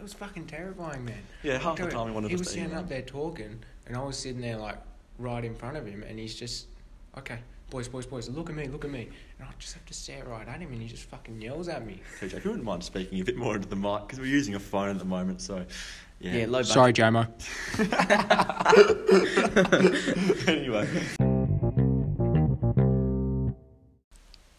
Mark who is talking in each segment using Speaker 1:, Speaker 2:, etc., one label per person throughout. Speaker 1: was fucking terrifying, man.
Speaker 2: Yeah,
Speaker 1: I'll
Speaker 2: half
Speaker 1: tell
Speaker 2: the
Speaker 1: you,
Speaker 2: time he wanted
Speaker 1: He
Speaker 2: us
Speaker 1: was
Speaker 2: to
Speaker 1: standing
Speaker 2: email.
Speaker 1: up there talking, and I was sitting there like right in front of him, and he's just, okay, boys, boys, boys, look at me, look at me, and I just have to stare right at him, and he just fucking yells at me.
Speaker 2: So, Jack, you wouldn't mind speaking a bit more into the mic because we're using a phone at the moment, so yeah.
Speaker 1: low. Sorry, Jamo.
Speaker 2: anyway,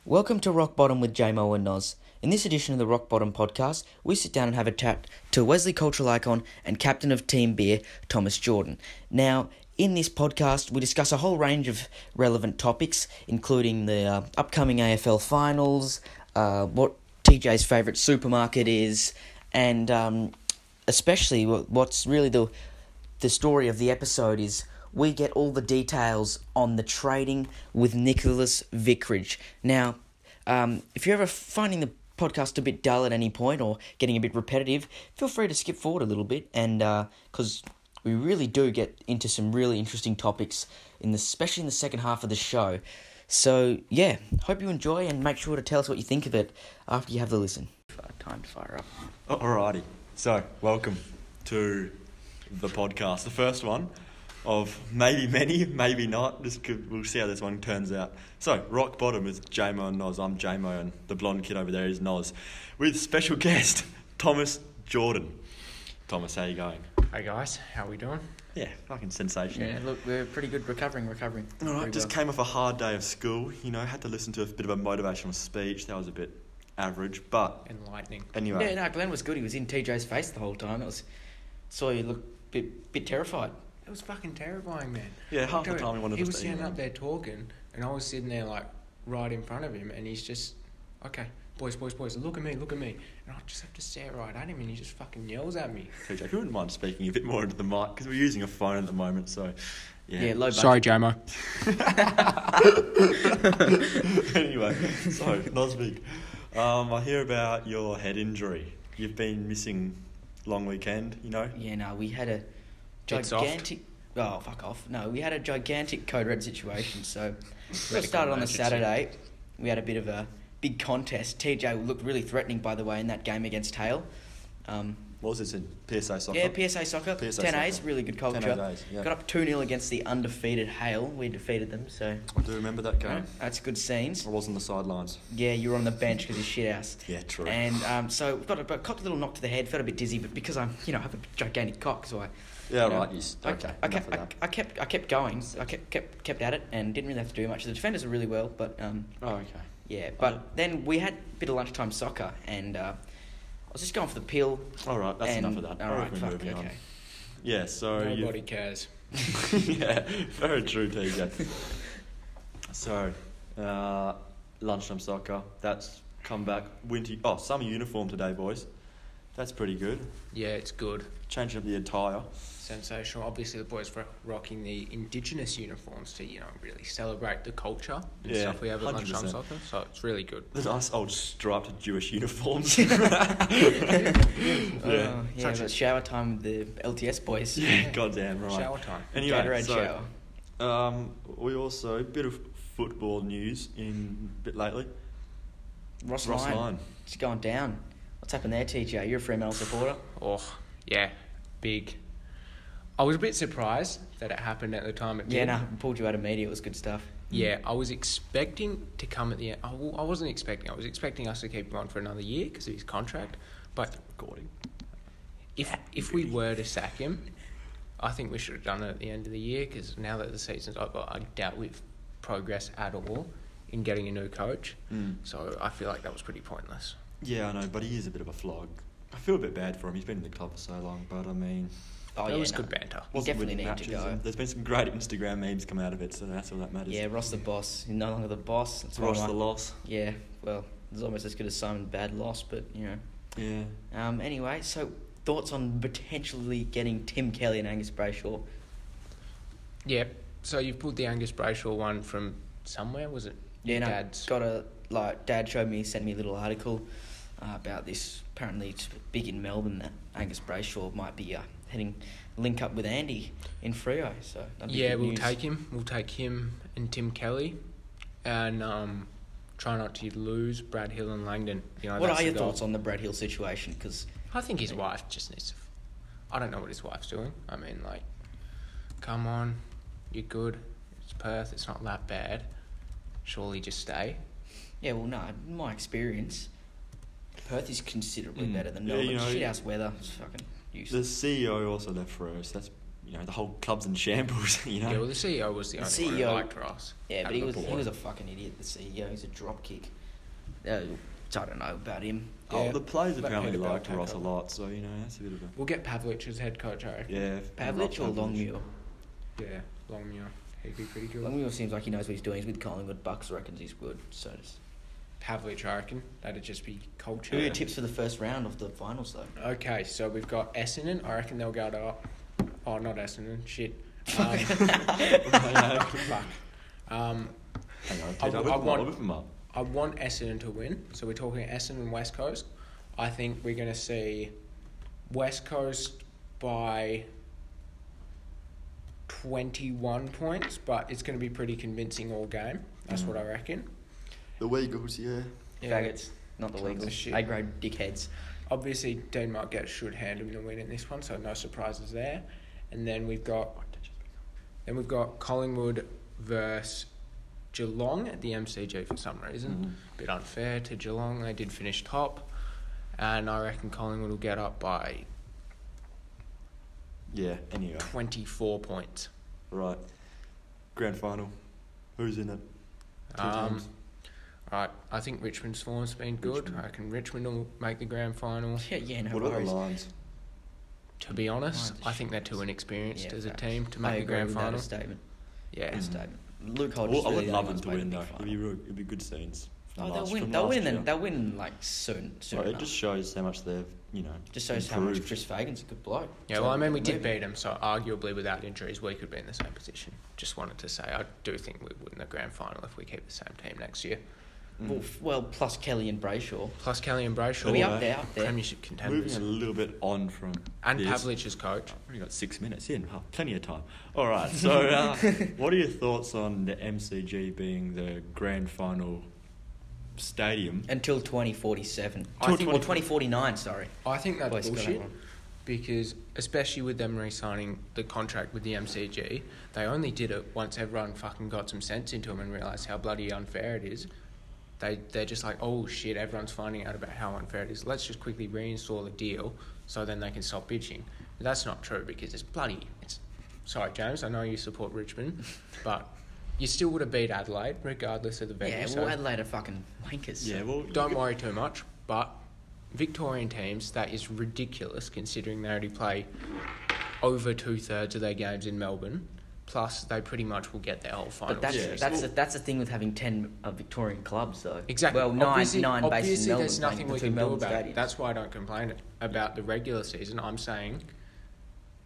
Speaker 3: Welcome to Rock Bottom with JMO and Noz. In this edition of the Rock Bottom podcast, we sit down and have a chat to Wesley cultural icon and captain of Team Beer, Thomas Jordan. Now, in this podcast, we discuss a whole range of relevant topics, including the uh, upcoming AFL finals, uh, what TJ's favourite supermarket is, and um, especially wh- what's really the the story of the episode is we get all the details on the trading with Nicholas Vickridge. Now, um, if you're ever finding the podcast a bit dull at any point or getting a bit repetitive, feel free to skip forward a little bit, and because we really do get into some really interesting topics in the, especially in the second half of the show. So yeah, hope you enjoy and make sure to tell us what you think of it after you have the listen. Time to fire up.
Speaker 2: Oh, alrighty. So, welcome to the podcast, the first one of maybe many, maybe not. This could, we'll see how this one turns out. So, rock bottom is JMO and Noz. I'm JMO, and the blonde kid over there is Noz, with special guest Thomas Jordan. Thomas, how you going?
Speaker 1: Hey guys, how we doing?
Speaker 2: Yeah, fucking sensational.
Speaker 4: Yeah, look, we're pretty good recovering, recovering.
Speaker 2: All right,
Speaker 4: Very
Speaker 2: just
Speaker 4: well.
Speaker 2: came off a hard day of school. You know, had to listen to a bit of a motivational speech. That was a bit average, but
Speaker 1: Enlightening.
Speaker 2: anyway.
Speaker 3: No, no, Glenn was good. He was in TJ's face the whole time. It was saw you look bit bit terrified.
Speaker 1: It was fucking terrifying, man.
Speaker 2: Yeah,
Speaker 1: I'll
Speaker 2: half the
Speaker 1: tell you,
Speaker 2: time he wanted
Speaker 1: He
Speaker 2: us
Speaker 1: was
Speaker 2: to
Speaker 1: standing
Speaker 2: email.
Speaker 1: up there talking, and I was sitting there like right in front of him, and he's just, okay, boys, boys, boys, look at me, look at me, and I just have to stare right at him, and he just fucking yells at me.
Speaker 2: So, Jack, you wouldn't mind speaking a bit more into the mic because we're using a phone at the moment. So, yeah.
Speaker 3: Yeah, low budget.
Speaker 1: Jamo.
Speaker 2: anyway, so Nosvig, um, I hear about your head injury. You've been missing long weekend. You know.
Speaker 3: Yeah, no, we had a
Speaker 1: Bit soft.
Speaker 3: gigantic. Oh fuck off! No, we had a gigantic code red situation. So we got
Speaker 1: Medical
Speaker 3: started on the
Speaker 1: emergency.
Speaker 3: Saturday. We had a bit of a big contest. TJ looked really threatening, by the way, in that game against Hale. Um,
Speaker 2: What was this in PSA soccer?
Speaker 3: Yeah, PSA soccer.
Speaker 2: PSA
Speaker 3: 10 A's,
Speaker 2: soccer.
Speaker 3: really good
Speaker 2: 10
Speaker 3: culture.
Speaker 2: A's, yeah.
Speaker 3: Got up 2 0 against the undefeated Hale. We defeated them, so
Speaker 2: I do remember that game.
Speaker 3: that's good scenes.
Speaker 2: I was on the sidelines.
Speaker 3: Yeah, you were on the bench because of shit house.
Speaker 2: Yeah, true.
Speaker 3: And um, so we got a, but copped a little knock to the head, felt a bit dizzy, but because I'm, you know, I have a gigantic cock, so I.
Speaker 2: Yeah,
Speaker 3: you know,
Speaker 2: right, you s-
Speaker 3: I-
Speaker 2: okay,
Speaker 3: I,
Speaker 2: enough
Speaker 3: kept,
Speaker 2: of
Speaker 3: I,
Speaker 2: that.
Speaker 3: I kept, I kept going. so I kept, kept, kept at it, and didn't really have to do much. The defenders were really well, but um,
Speaker 2: Oh, okay.
Speaker 3: yeah. But then we had a bit of lunchtime soccer, and uh, I was just going for the pill.
Speaker 2: All right, that's
Speaker 3: and-
Speaker 2: enough of that.
Speaker 3: All
Speaker 2: I
Speaker 3: right,
Speaker 2: reckon
Speaker 3: fuck,
Speaker 2: moving on.
Speaker 3: okay.
Speaker 2: Yeah. So you've-
Speaker 1: Nobody cares.
Speaker 2: yeah, very true, TJ. so, uh, lunchtime soccer. That's come back. Winter. Oh, summer uniform today, boys. That's pretty good.
Speaker 1: Yeah, it's good.
Speaker 2: Changing up the attire.
Speaker 1: Sensational. Obviously, the boys were rocking the indigenous uniforms to, you know, really celebrate the culture and
Speaker 2: Yeah,
Speaker 1: stuff we have at lunchtime
Speaker 2: 100%.
Speaker 1: soccer, so it's really good.
Speaker 2: The nice old striped Jewish uniforms.
Speaker 3: Uh,
Speaker 2: yeah.
Speaker 3: yeah,
Speaker 1: Such
Speaker 3: but
Speaker 1: as-
Speaker 3: shower time with the LTS boys.
Speaker 2: Yeah, goddamn right.
Speaker 1: Shower time.
Speaker 2: Anyway,
Speaker 3: Gatorade
Speaker 2: so,
Speaker 3: shower.
Speaker 2: Um, we also bit of football news in bit lately.
Speaker 3: Ross,
Speaker 2: Ross
Speaker 3: Lyon.
Speaker 2: Lyon.
Speaker 3: It's going down. What's happened there, TJ? You're a Fremantle supporter.
Speaker 1: Oh, yeah, big. I was a bit surprised that it happened at the time it did.
Speaker 3: Yeah, no, pulled you out of media. It was good stuff. Mm.
Speaker 1: Yeah, I was expecting to come at the end. I w- I wasn't expecting. I was expecting us to keep him on for another year because of his contract. But
Speaker 2: Recording.
Speaker 1: if if we were to sack him, I think we should have done it at the end of the year because now that the season's over, I doubt we've progressed at all in getting a new coach.
Speaker 2: Mm.
Speaker 1: So I feel like that was pretty pointless.
Speaker 2: Yeah, I know, but he is a bit of a flog. I feel a bit bad for him. He's been in the club for so long, but I mean,
Speaker 3: Oh,
Speaker 1: it
Speaker 3: yeah,
Speaker 1: was
Speaker 3: no.
Speaker 1: good banter.
Speaker 3: He
Speaker 2: wasn't
Speaker 3: definitely
Speaker 2: winning
Speaker 3: need to
Speaker 2: matches,
Speaker 3: go.
Speaker 2: and There's been some great Instagram memes come out of it, so that's all that matters.
Speaker 3: Yeah, Ross the boss. He's no longer the boss. That's
Speaker 2: Ross
Speaker 3: why I-
Speaker 2: the loss.
Speaker 3: Yeah, well, it's almost as good as Simon Bad loss, but you know.
Speaker 2: Yeah.
Speaker 3: Um. Anyway, so thoughts on potentially getting Tim Kelly and Angus Brayshaw?
Speaker 1: Yeah. So you've pulled the Angus Brayshaw one from somewhere, was it?
Speaker 3: Yeah, no,
Speaker 1: Dad's.
Speaker 3: got a like. Dad showed me, sent me a little article uh, about this. Apparently, it's big in Melbourne that Angus Brayshaw might be uh, heading link up with Andy in Frio. So that'd be
Speaker 1: yeah,
Speaker 3: good
Speaker 1: we'll
Speaker 3: news.
Speaker 1: take him. We'll take him and Tim Kelly, and um, try not to lose Brad Hill and Langdon. You know,
Speaker 3: What
Speaker 1: that's
Speaker 3: are
Speaker 1: the
Speaker 3: your
Speaker 1: goal.
Speaker 3: thoughts on the Brad Hill situation? Because
Speaker 1: I think his wife just needs to. I don't know what his wife's doing. I mean, like, come on, you're good. It's Perth. It's not that bad. Surely just stay.
Speaker 3: Yeah, well, no, in my experience, Perth is considerably
Speaker 2: Mm.
Speaker 3: better than
Speaker 2: Yeah,
Speaker 3: Melbourne.
Speaker 2: you know,
Speaker 3: Shit house weather, it's fucking
Speaker 2: The
Speaker 3: useless.
Speaker 2: CEO also left for us. That's you know the whole club's in shambles. You know.
Speaker 1: Yeah, well, the CEO was the
Speaker 3: The
Speaker 1: only one who
Speaker 3: CEO
Speaker 1: liked Ross.
Speaker 3: yeah,
Speaker 1: out
Speaker 3: but
Speaker 1: of
Speaker 3: he
Speaker 1: the
Speaker 3: was he
Speaker 1: board.
Speaker 3: was a fucking idiot. The CEO, he's a dropkick. Uh, I don't know about him.
Speaker 2: Oh,
Speaker 1: Yeah.
Speaker 2: the players
Speaker 1: Let
Speaker 2: apparently
Speaker 1: Peter Bell
Speaker 2: liked
Speaker 1: take
Speaker 2: Ross a
Speaker 1: over.
Speaker 2: lot, so you know that's a bit of a
Speaker 1: We'll get Pavlich as head coach, I reckon.
Speaker 2: yeah.
Speaker 3: Pavlich or
Speaker 2: Pavlich.
Speaker 3: Longmuir?
Speaker 1: Yeah, Longmuir. He'd be pretty good.
Speaker 3: Longmuir seems like he knows what he's doing. He's with Collingwood. Bucks reckons he's good. So, just...
Speaker 1: Pavlich, I reckon. That'd just be culture.
Speaker 3: who are your tips for the first round of the finals though?
Speaker 1: Okay, so we've got Essendon. I reckon they'll go to. Oh, not Essendon. Shit. Um, fuck. Um,
Speaker 2: Hang on,
Speaker 1: I
Speaker 2: Peter,
Speaker 1: w- I
Speaker 2: whip them up,
Speaker 1: want-
Speaker 2: whip them up.
Speaker 1: I want Essendon to win. So we're talking Essendon West Coast. I think we're going to see West Coast by 21 points, but it's going to be pretty convincing all game. That's what I reckon.
Speaker 2: The Weagles, yeah.
Speaker 3: Faggots, not the
Speaker 1: Tons of
Speaker 3: legals.
Speaker 1: shit.
Speaker 3: A grade dickheads.
Speaker 1: Obviously, Dean Marquette should hand him the win in this one, so no surprises there. And then we've got then we've got Collingwood versus Geelong at the MCG for some reason.
Speaker 2: Mm-hmm.
Speaker 3: Mm.
Speaker 1: Bit unfair to Geelong. They did finish top, and I reckon Collingwood will get up by
Speaker 2: Yeah. Anyway,
Speaker 1: twenty four points.
Speaker 2: right. Grand final. Who's in it? Two
Speaker 1: Um,
Speaker 2: teams.
Speaker 1: right, I think Richmond's form's been good.
Speaker 2: Richmond.
Speaker 1: I reckon Richmond will make the grand final.
Speaker 3: Yeah, yeah, no
Speaker 2: what about
Speaker 3: worries.
Speaker 2: the Lions?
Speaker 1: To be honest,
Speaker 3: Mind the
Speaker 1: I think they're too
Speaker 3: shit.
Speaker 1: inexperienced
Speaker 3: Yeah,
Speaker 1: as a
Speaker 3: facts.
Speaker 1: team to
Speaker 3: I
Speaker 1: make the
Speaker 3: agree
Speaker 1: grand
Speaker 3: with that
Speaker 1: final. Mm.
Speaker 3: as a statement.
Speaker 1: Yeah,
Speaker 3: as a Statement. Luke
Speaker 2: I,
Speaker 3: Hodge.
Speaker 2: would- I would
Speaker 3: really
Speaker 2: love them
Speaker 3: the only
Speaker 2: to
Speaker 3: one's
Speaker 2: win
Speaker 3: made a
Speaker 2: though.
Speaker 3: big
Speaker 2: It'd be,
Speaker 3: final.
Speaker 2: real, it'd be good scenes. from
Speaker 3: Oh,
Speaker 2: last-
Speaker 3: they'll win.
Speaker 2: from
Speaker 3: They'll
Speaker 2: last
Speaker 3: win.
Speaker 2: year.
Speaker 3: And they'll win like soon. Soon.
Speaker 2: Like, it
Speaker 3: enough.
Speaker 2: just shows how much they've you know.
Speaker 3: Just shows how much
Speaker 2: improved.
Speaker 3: Chris Fagan's a good bloke.
Speaker 1: Yeah, well, I mean, we did
Speaker 3: Maybe.
Speaker 1: beat them, so arguably without injuries, we could be in the same position. Just wanted to say, I do think we would in the grand final if we keep the same team next year.
Speaker 3: Well, f- well, plus Kelly and Brayshaw.
Speaker 1: Plus, Kelly and Brayshaw,
Speaker 2: Sure.
Speaker 3: we
Speaker 2: Yeah.
Speaker 3: up there, up there.
Speaker 1: Premiership
Speaker 2: Moving
Speaker 1: contenders,
Speaker 2: a little bit on from
Speaker 1: and
Speaker 2: this.
Speaker 1: Pavlich as coach.
Speaker 2: We've only got six minutes in, oh, plenty of time. All right, so uh, what are your thoughts on the MCG being the grand final stadium?
Speaker 3: Until 2047.
Speaker 1: I
Speaker 3: Or
Speaker 1: think-
Speaker 3: 2049, sorry.
Speaker 1: I think that's
Speaker 3: Boys, go
Speaker 1: bullshit
Speaker 3: on.
Speaker 1: because, especially with them re-signing the contract with the MCG, they only did it once everyone fucking got some sense into them and realised how bloody unfair it is. They they're just like, oh shit, everyone's finding out about how unfair it is. Let's just quickly reinstall the deal so then they can stop bitching. But that's not true because it's bloody. It's sorry, James. I know you support Richmond, but you still would have beat Adelaide regardless of the venue.
Speaker 3: Yeah,
Speaker 1: so-
Speaker 3: well, Adelaide are fucking wankers.
Speaker 2: Yeah, well,
Speaker 1: don't worry too much, but Victorian teams, that is ridiculous considering they already play over two thirds of their games in Melbourne. Plus, they pretty much will get their whole final.
Speaker 3: But that's,
Speaker 2: Yeah,
Speaker 1: series.
Speaker 2: it's
Speaker 3: that's,
Speaker 2: all-
Speaker 3: the, that's the thing with having 10 uh, Victorian clubs, though.
Speaker 1: exactly.
Speaker 3: Well, nine,
Speaker 1: obviously,
Speaker 3: nine based
Speaker 1: obviously
Speaker 3: in Melbourne.
Speaker 1: there's nothing
Speaker 3: playing
Speaker 1: we
Speaker 3: the two
Speaker 1: can do
Speaker 3: Melbourne
Speaker 1: about
Speaker 3: stadiums.
Speaker 1: it. That's why I don't complain about the regular season. I'm saying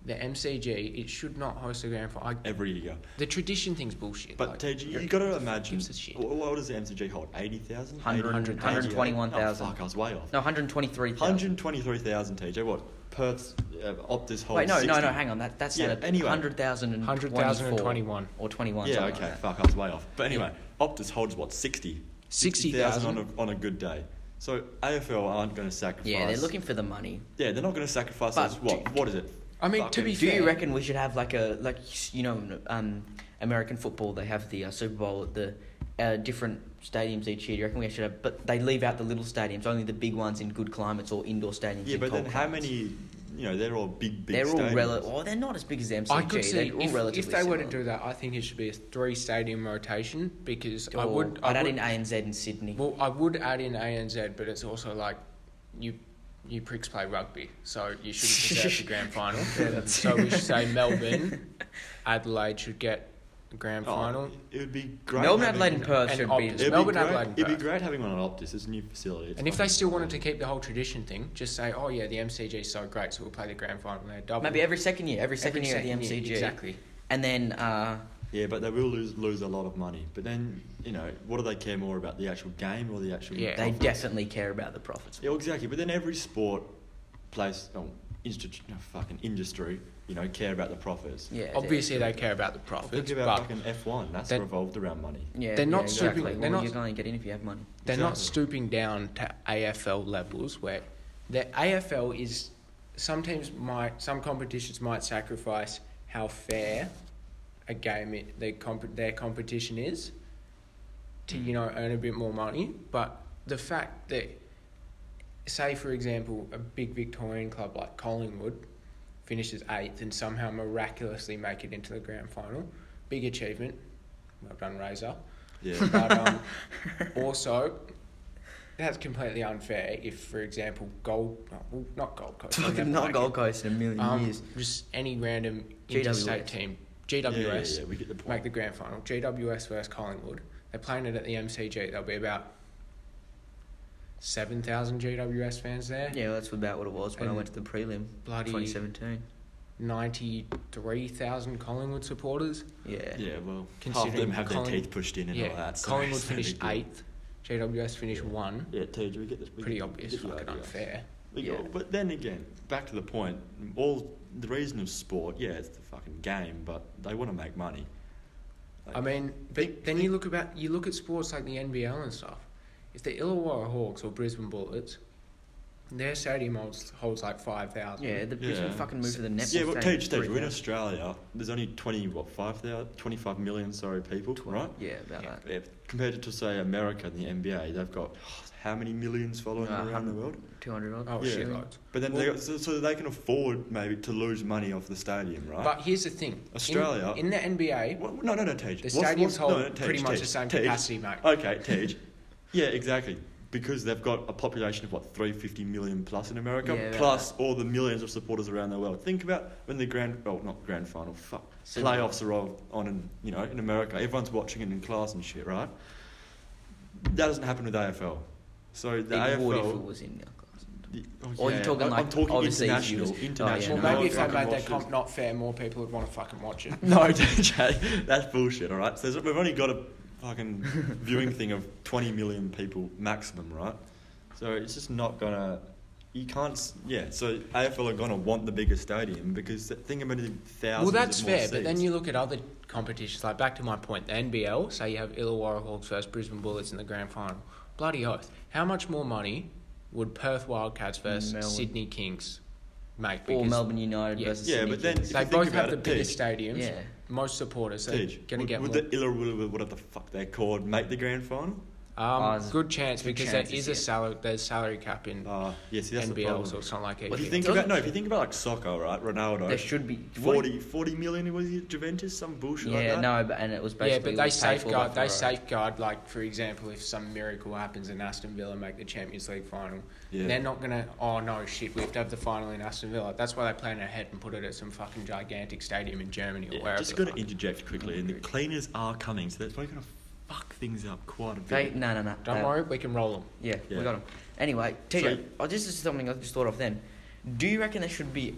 Speaker 1: the MCG, it should not host a grand final. I-
Speaker 2: every year.
Speaker 1: The tradition thing's bullshit.
Speaker 2: But
Speaker 1: like,
Speaker 2: TG, you got to imagine.
Speaker 1: gives a shit.
Speaker 2: wh- What does the MCG hold? 80,000?
Speaker 3: 100,
Speaker 2: 80,000?
Speaker 3: 121,000.
Speaker 2: Oh, fuck, I was way off.
Speaker 3: No, 123,000.
Speaker 2: 123,000, TJ. What? Perth's uh, Optus hold
Speaker 3: Wait, no,
Speaker 2: 60.
Speaker 3: no, no, hang on. That, that's
Speaker 2: Yeah,
Speaker 3: not a
Speaker 2: anyway.
Speaker 1: 100,021.
Speaker 3: 100,021. Or 21.
Speaker 2: Yeah,
Speaker 3: something like
Speaker 2: okay,
Speaker 3: that.
Speaker 2: fuck, I was way off. But anyway, Optus holds what, 60?
Speaker 1: 60,000.
Speaker 2: on a, on a good day. So AFL aren't going to sacrifice.
Speaker 3: Yeah, they're looking for the money.
Speaker 2: Yeah, they're not going to sacrifice
Speaker 3: But
Speaker 2: us. What?
Speaker 3: do-
Speaker 2: what is it?
Speaker 1: I mean, to
Speaker 2: Fucking-
Speaker 1: be
Speaker 3: Do
Speaker 1: fair,
Speaker 3: you reckon we should have like a like you know um, American football? They have the uh, Super Bowl at the uh, different stadiums each year. Do you reckon we should have? But they leave out the little stadiums, only the big ones in good climates or indoor stadiums.
Speaker 2: Yeah,
Speaker 3: in
Speaker 2: but
Speaker 3: cold
Speaker 2: then how
Speaker 3: climates.
Speaker 2: many? You know, they're all big, big.
Speaker 3: They're all
Speaker 2: stadiums.
Speaker 3: rel. Oh, they're not as big as the MCG.
Speaker 1: I could see
Speaker 3: they're all
Speaker 1: if,
Speaker 3: relatively
Speaker 1: if they were to
Speaker 3: similar.
Speaker 1: do that, I think it should be a three stadium rotation because I
Speaker 3: Or
Speaker 1: would.
Speaker 3: I'd
Speaker 1: I
Speaker 3: add
Speaker 1: would,
Speaker 3: in ANZ in Sydney.
Speaker 1: well, I would add in ANZ, but it's also like you, you pricks play rugby, so you shouldn't deserve the grand final. so we should say Melbourne, Adelaide should get the grand
Speaker 2: Oh,
Speaker 1: final.
Speaker 2: It would be great.
Speaker 3: Melbourne,
Speaker 2: having-
Speaker 3: Adelaide, and Perth
Speaker 1: and
Speaker 3: should
Speaker 1: Optus.
Speaker 3: be.
Speaker 2: It'd
Speaker 1: Melbourne,
Speaker 2: be great,
Speaker 1: Adelaide, and
Speaker 2: It'd
Speaker 1: Perth.
Speaker 2: be great having one on Optus. It's a new facility. It's
Speaker 1: And if they
Speaker 2: fucking-
Speaker 1: still wanted to keep the whole tradition thing, just say, oh yeah, the MCG's so great, so we'll play the grand final there. Double.
Speaker 3: Maybe every second year, every second
Speaker 1: Every
Speaker 3: year at the
Speaker 1: second year,
Speaker 3: MCG,
Speaker 1: exactly.
Speaker 3: and then uh,
Speaker 2: Yeah, but they will lose lose a lot of money. But then, you know, what do they care more about? The actual game or the actual?
Speaker 1: Yeah.
Speaker 3: they
Speaker 2: profits?
Speaker 3: definitely care about the profits.
Speaker 2: Yeah, well, exactly. But then every sport, place, oh, institu- no, fucking industry, you know, care about the profits.
Speaker 3: Yeah, they-
Speaker 1: Obviously, they care about the
Speaker 2: Think
Speaker 1: profits,
Speaker 2: about
Speaker 1: but
Speaker 2: fucking F one. That's
Speaker 1: that-
Speaker 2: revolved around money.
Speaker 3: Yeah,
Speaker 1: They're
Speaker 3: yeah,
Speaker 1: not stupid-
Speaker 3: exactly.
Speaker 1: they're
Speaker 3: well,
Speaker 1: not-
Speaker 3: You're going to get in if you have money.
Speaker 1: They're not
Speaker 2: Exactly.
Speaker 1: stooping down to AFL levels where the AFL is sometimes might some competitions might sacrifice how fair a game it, their comp- their competition is to you know earn a bit more money, but the fact that say for example a big Victorian club like Collingwood finishes eighth and somehow miraculously make it into the grand final, big achievement. Well done, Razor.
Speaker 2: Yeah.
Speaker 1: But um, also, that's completely unfair. If, for example, Gold, well, not Gold Coast, I'm gonna
Speaker 3: Not
Speaker 1: blank
Speaker 3: Gold
Speaker 1: it.
Speaker 3: Coast in a million
Speaker 1: um,
Speaker 3: years.
Speaker 1: just any random
Speaker 3: GWS.
Speaker 1: interstate team,
Speaker 2: Yeah,
Speaker 1: GWS,
Speaker 2: yeah, yeah, we get the
Speaker 1: make
Speaker 2: point.
Speaker 1: the grand final. GWS versus Collingwood. They're playing it at the MCG. There'll be about seven thousand GWS fans there.
Speaker 3: Yeah, that's about what it was when I
Speaker 1: And
Speaker 3: went to the prelim.
Speaker 1: Bloody
Speaker 3: 2017.
Speaker 1: ninety-three thousand Collingwood supporters.
Speaker 3: Yeah.
Speaker 2: Yeah, well, half of
Speaker 1: Considering
Speaker 2: them have their
Speaker 1: Colling-
Speaker 2: teeth pushed in and all
Speaker 1: yeah,
Speaker 2: that. so
Speaker 1: Collingwood
Speaker 2: it's no big
Speaker 1: finished
Speaker 2: deal.
Speaker 1: eighth. GWS finished one.
Speaker 2: Yeah, Tej, we get this. we
Speaker 1: Pretty
Speaker 2: get- we
Speaker 1: obvious,
Speaker 2: get the
Speaker 1: fucking
Speaker 2: idea.
Speaker 1: unfair.
Speaker 2: We go-
Speaker 3: Yeah.
Speaker 2: But then again, back to the point. All the reason of sport, yeah, it's the fucking game, but they want to make money. Like,
Speaker 1: I mean, but then you look about you look at sports like the NBL and stuff. If the Illawarra Hawks or Brisbane Bullets, their stadium holds, holds like five thousand.
Speaker 3: Yeah, the Brisbane
Speaker 2: Yeah.
Speaker 3: fucking moved to the Netball
Speaker 2: yeah, but
Speaker 3: Stadium
Speaker 2: Tej,
Speaker 3: for
Speaker 2: Tej, we're in
Speaker 3: 3,000.
Speaker 2: Australia. There's only twenty, what, five thousand, twenty-five million, sorry, people, right?
Speaker 3: Yeah, about
Speaker 1: Yeah.
Speaker 3: that.
Speaker 2: Yeah, compared to say America and the NBA, they've got oh, how many millions following
Speaker 3: Uh,
Speaker 2: them around the world?
Speaker 3: 200 odd.
Speaker 1: Oh
Speaker 2: Yeah.
Speaker 1: shit, loads.
Speaker 2: But then they got, so, so they can afford maybe to lose money off the stadium, right?
Speaker 1: But here's the thing: In-
Speaker 2: Uh, Australia-
Speaker 1: in, the NBA,
Speaker 2: What- no, no, no, Tej.
Speaker 1: the
Speaker 2: What's-
Speaker 1: stadiums
Speaker 2: what's- no,
Speaker 1: hold
Speaker 2: no, Tej,
Speaker 1: pretty much
Speaker 2: Tej,
Speaker 1: the same
Speaker 2: Tej. Oh,
Speaker 1: capacity, mate.
Speaker 2: Okay, Tej. Yeah, exactly. Because they've got a population of what 350 million plus in America,
Speaker 3: Yeah, about
Speaker 2: plus all the millions of supporters around the world. Think about when the grand, well, not grand final, fuck, playoffs are all on in you know in America. Everyone's watching it in class and shit, right? That doesn't happen with AFL. So the
Speaker 3: It
Speaker 2: AFL.
Speaker 3: would if it was in our class.
Speaker 2: the- oh,
Speaker 3: Or you're
Speaker 2: yeah,
Speaker 3: talking
Speaker 2: I'm- I'm
Speaker 3: like
Speaker 2: talking
Speaker 3: overseas
Speaker 2: international,
Speaker 3: viewers. Oh, yeah,
Speaker 2: international.
Speaker 1: well,
Speaker 3: no
Speaker 1: maybe
Speaker 3: one
Speaker 1: if they
Speaker 2: fucking
Speaker 1: made that
Speaker 2: watches.
Speaker 1: comp not fair, more people would want to fucking watch it.
Speaker 2: No, DJ, that's bullshit. All right, so we've only got a fucking viewing thing of twenty million people maximum, right? So it's just not gonna. You can't. s- Yeah. So AFL are gonna want the bigger stadium because th- think about the
Speaker 1: Well,
Speaker 2: thousands.
Speaker 1: that's
Speaker 2: of more
Speaker 1: fair, but then
Speaker 2: seats.
Speaker 1: you look at other competitions. Like back to my point, the NBL. Say you have Illawarra Hawks versus Brisbane Bullets in the grand final. Bloody oath! How much more money would Perth Wildcats versus
Speaker 3: Melbourne.
Speaker 1: Sydney Kings make?
Speaker 3: Or Melbourne United
Speaker 1: yeah.
Speaker 3: versus
Speaker 2: Yeah,
Speaker 3: Sydney
Speaker 2: but then
Speaker 3: Kings.
Speaker 2: if
Speaker 1: They
Speaker 2: you think
Speaker 1: both
Speaker 2: about
Speaker 1: have the
Speaker 2: it,
Speaker 1: biggest stadiums,
Speaker 3: Yeah.
Speaker 1: most supporters. They're
Speaker 2: Tej,
Speaker 1: going to
Speaker 2: would,
Speaker 1: get more.
Speaker 2: would the Illawarra, whatever the fuck they're called, make the grand final?
Speaker 1: um,
Speaker 3: there's
Speaker 1: good chance
Speaker 3: good
Speaker 1: because
Speaker 3: chances,
Speaker 1: there is
Speaker 3: yeah.
Speaker 1: a salary. There's salary cap in
Speaker 2: Uh, yeah, see, that's the
Speaker 1: NBL, so
Speaker 2: problem.
Speaker 1: it's not like
Speaker 2: If you
Speaker 1: it.
Speaker 2: think about no, if you think about like soccer, right?
Speaker 3: There
Speaker 2: Ronaldo,
Speaker 3: should be. what-
Speaker 2: 40, 40 million was he at Juventus, some bullshit like
Speaker 3: Yeah,
Speaker 2: that.
Speaker 3: no, but, and it was
Speaker 1: Yeah,
Speaker 3: basically.
Speaker 1: but
Speaker 3: it
Speaker 1: they
Speaker 3: was paid for by
Speaker 1: safeguard. They
Speaker 3: Ferrari.
Speaker 1: safeguard, like for example, if some miracle happens and Aston Villa make the Champions League final,
Speaker 2: Yeah.
Speaker 1: they're not gonna. Oh no, shit! We have to have the final in Aston Villa. That's why they plan ahead and put it at some fucking gigantic stadium in Germany or
Speaker 2: Yeah,
Speaker 1: wherever.
Speaker 2: just
Speaker 1: the
Speaker 2: going to
Speaker 1: fuck.
Speaker 2: interject quickly, and the cleaners are coming, so that's probably going to fuck things up quite a
Speaker 3: They,
Speaker 2: bit.
Speaker 3: no, no, no.
Speaker 1: Don't
Speaker 3: they-
Speaker 1: worry, we can roll them.
Speaker 3: Yeah,
Speaker 2: Yeah.
Speaker 3: we got him. Anyway, TJ,
Speaker 2: So-
Speaker 3: oh, this is something I just thought of then. Do you reckon there should be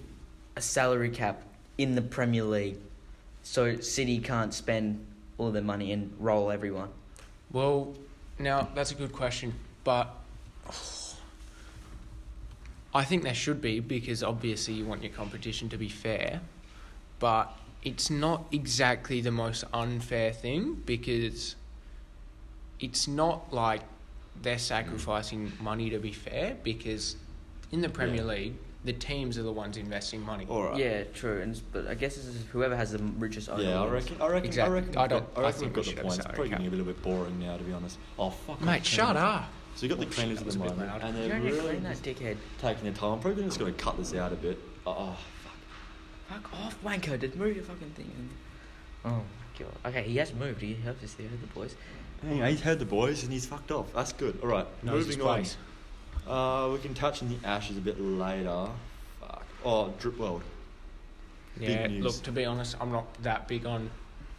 Speaker 3: a salary cap in the Premier League so City can't spend all their money and roll everyone?
Speaker 1: Well, now that's a good question, but I think there should be because obviously you want your competition to be fair, but it's not exactly the most unfair thing because it's not like they're sacrificing money to be fair because in the Premier
Speaker 2: Yeah.
Speaker 1: League the teams are the ones investing money.
Speaker 2: All right.
Speaker 3: Yeah, true. And s- but I guess this is whoever has the richest owner.
Speaker 2: Yeah, I
Speaker 3: wins.
Speaker 2: reckon. I reckon.
Speaker 1: Exactly.
Speaker 2: I reckon.
Speaker 1: I don't-
Speaker 2: I
Speaker 1: I
Speaker 2: reckon
Speaker 1: think
Speaker 2: we've
Speaker 1: we
Speaker 2: got
Speaker 1: should
Speaker 2: the
Speaker 1: have
Speaker 2: points.
Speaker 1: a
Speaker 2: It's
Speaker 1: salary
Speaker 2: probably
Speaker 1: cap.
Speaker 2: getting a little bit boring now, to be honest. Oh fuck. off,
Speaker 1: Mate, shut
Speaker 2: cleaners.
Speaker 1: up.
Speaker 2: So you got the
Speaker 1: Oh, shit,
Speaker 2: cleaners
Speaker 1: that
Speaker 2: at
Speaker 1: was
Speaker 2: the
Speaker 1: a bit
Speaker 2: moment,
Speaker 1: loud.
Speaker 2: and
Speaker 3: You
Speaker 2: they're
Speaker 3: don't need to
Speaker 2: really
Speaker 3: clean that dickhead.
Speaker 2: just taking their time. Probably just going to cut this out a bit. Oh fuck.
Speaker 3: Fuck off, wanko. Did move your fucking thing. Oh, my God. Okay, he has moved. He helped us there, the boys.
Speaker 2: Anyway, he's heard the boys and he's fucked off. That's good. All right,
Speaker 1: Knows his
Speaker 2: moving on.
Speaker 1: place.
Speaker 2: Uh, we can touch on the ashes a bit later. Fuck. Oh, drip world. Big
Speaker 1: Yeah,
Speaker 2: news.
Speaker 1: look, to be honest, I'm not that big on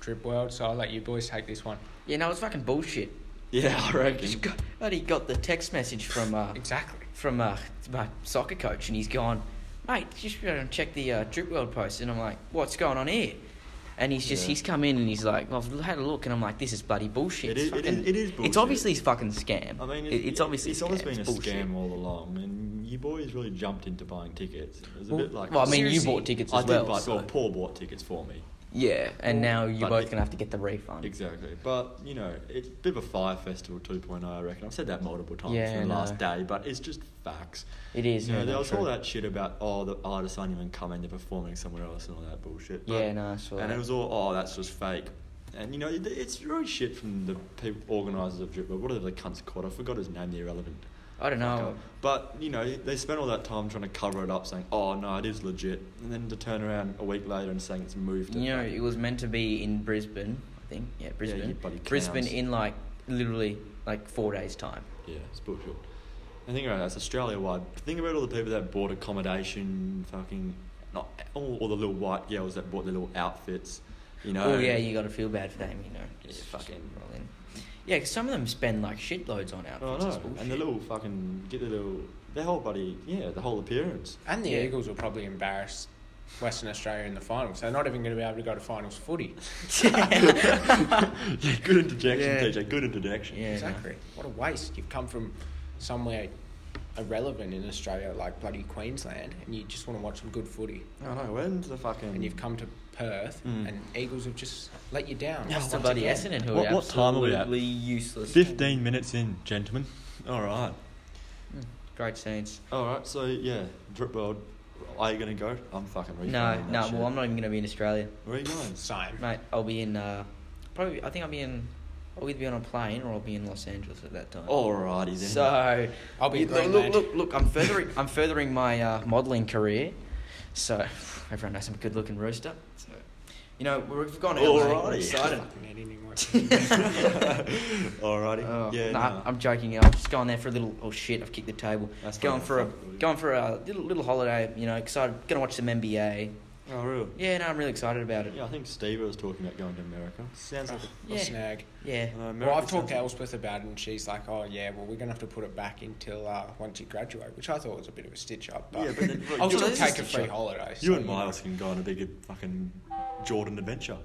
Speaker 1: Drip World, so I'll let you boys take this one.
Speaker 3: Yeah, no, it's fucking bullshit.
Speaker 2: Yeah, I
Speaker 3: He's
Speaker 2: reckon.
Speaker 3: got, but he got the text message from uh,
Speaker 1: Exactly.
Speaker 3: from uh, my soccer coach, and he's gone, mate, just go and check the uh, Drip World post. And I'm like, what's going on here? And he's just,
Speaker 2: Yeah.
Speaker 3: he's come in and he's like, well, I've had a look, and I'm like, this is bloody bullshit.
Speaker 2: It
Speaker 3: It's
Speaker 2: is- it
Speaker 3: fucking-
Speaker 2: is- it is
Speaker 3: It's
Speaker 2: bullshit.
Speaker 3: obviously a fucking scam.
Speaker 2: I mean,
Speaker 3: It- it's obviously
Speaker 2: it's
Speaker 3: a
Speaker 2: always
Speaker 3: scam.
Speaker 2: been
Speaker 3: It's
Speaker 2: a
Speaker 3: bullshit.
Speaker 2: scam all along, and you boys really jumped into buying tickets. It was a
Speaker 1: Well-
Speaker 2: bit like
Speaker 3: Well, I mean, you
Speaker 1: Seriously.
Speaker 3: bought tickets
Speaker 2: I
Speaker 3: as well.
Speaker 2: did buy.
Speaker 3: so-
Speaker 2: Well, Paul bought tickets for me.
Speaker 3: Yeah, and now you're
Speaker 2: But
Speaker 3: both
Speaker 2: it-
Speaker 3: gonna have to get the refund.
Speaker 2: Exactly. But, you know, it's a bit of a fire festival 2.0, I reckon. I've said that multiple times
Speaker 3: Yeah,
Speaker 2: for the
Speaker 3: I
Speaker 2: last
Speaker 3: know.
Speaker 2: day, but it's just facts.
Speaker 3: It is.
Speaker 2: You know,
Speaker 3: no,
Speaker 2: there
Speaker 3: no,
Speaker 2: was
Speaker 3: true.
Speaker 2: all that shit about, oh, the artists aren't even coming, they're performing somewhere else and all that bullshit. But,
Speaker 3: Yeah, no, I saw
Speaker 2: And
Speaker 3: that.
Speaker 2: it was all, oh, that's just fake. And, you know, it, it's really shit from the people, organisers of Drip, but whatever the cunt's called, I forgot his name, the irrelevant.
Speaker 3: I don't know.
Speaker 2: fucker. uh, But, you know, they spent all that time trying to cover it up, saying, oh, no, it is legit. And then to turn around a week later and saying it's moved. it.
Speaker 3: You know, it was meant to be in Brisbane, I think. Yeah, Brisbane.
Speaker 2: you bloody
Speaker 3: Brisbane
Speaker 2: clowns.
Speaker 3: in like literally like four days time.
Speaker 2: Yeah, it's bullshit. And think about that's Australia wide. Think about all the people that bought accommodation, fucking, not all, all the little white girls that bought their little outfits. You know.
Speaker 3: Oh yeah, you got to feel bad for them, you know. Just
Speaker 2: It's
Speaker 3: fucking
Speaker 2: just-
Speaker 3: rolling. Yeah, 'cause some of them spend like shitloads on outfits.
Speaker 2: Oh
Speaker 3: it's
Speaker 2: no,
Speaker 3: bullshit.
Speaker 2: and the little fucking get the little their whole body, yeah, the whole appearance.
Speaker 1: And the
Speaker 3: Yeah.
Speaker 1: Eagles will probably embarrass Western Australia in the finals. They're not even going to be able to go to finals footy.
Speaker 2: yeah, good interjection,
Speaker 3: Yeah.
Speaker 2: TJ. Good interjection.
Speaker 3: Yeah, no.
Speaker 1: Exactly. What a waste. You've come from somewhere irrelevant in Australia, like bloody Queensland, and you just want to watch some good footy.
Speaker 2: I know. When's the fucking?
Speaker 1: And you've come to Perth,
Speaker 2: Mm.
Speaker 1: and Eagles have just let you down.
Speaker 2: Yeah,
Speaker 3: That's the
Speaker 2: once
Speaker 3: bloody
Speaker 2: again.
Speaker 3: Essendon who
Speaker 2: What-
Speaker 3: are
Speaker 2: what time are we at?
Speaker 3: absolutely useless.
Speaker 2: Fifteen minutes in, gentlemen. All right.
Speaker 3: Great Saints.
Speaker 2: All right. So yeah, drip world. Are you gonna go? I'm fucking.
Speaker 3: No,
Speaker 2: refunding that
Speaker 3: no.
Speaker 2: shit.
Speaker 3: Well, I'm not even gonna be in Australia,
Speaker 2: Where are you going?
Speaker 1: Same.
Speaker 3: mate. I'll be in. Uh, probably. I think I'll be in. I'll either be on a plane or I'll be in Los Angeles at that time.
Speaker 2: Alrighty then.
Speaker 3: So
Speaker 1: I'll be in
Speaker 3: look,
Speaker 1: Greenland.
Speaker 3: look, look, look, I'm furthering, I'm furthering my uh, modelling career. So everyone knows I'm a good-looking rooster. So you know we've gone out.
Speaker 2: Alrighty.
Speaker 3: We're excited.
Speaker 1: Fucking editing work.
Speaker 2: Alrighty.
Speaker 3: Oh,
Speaker 2: yeah.
Speaker 3: nah,
Speaker 2: nah.
Speaker 3: I'm joking. I'm just going there for a little. Oh shit! I've kicked the table.
Speaker 2: That's
Speaker 3: going
Speaker 2: fucking
Speaker 3: for a
Speaker 2: fucked, dude.
Speaker 3: going for a little little holiday. You know, excited. Gonna watch some NBA.
Speaker 2: Oh, real.
Speaker 3: Yeah, no, I'm really excited about it.
Speaker 2: Yeah, I think Steve was talking about going to America. Sounds like. a-
Speaker 1: A snag.
Speaker 3: Yeah,
Speaker 2: I know, America
Speaker 1: Well, I've talked
Speaker 2: sounds
Speaker 1: to
Speaker 2: like-
Speaker 1: Elspeth about it, and she's like, "Oh yeah, well we're gonna have to put it back until uh, once you graduate," which I thought was a bit of a stitch up. But
Speaker 2: Yeah, but then-
Speaker 1: I'll
Speaker 2: you-
Speaker 1: still
Speaker 3: this is
Speaker 1: take a
Speaker 3: stitch
Speaker 1: free
Speaker 3: up.
Speaker 1: holiday. so,
Speaker 2: You and
Speaker 1: know.
Speaker 2: Miles can go on a big fucking Jordan adventure.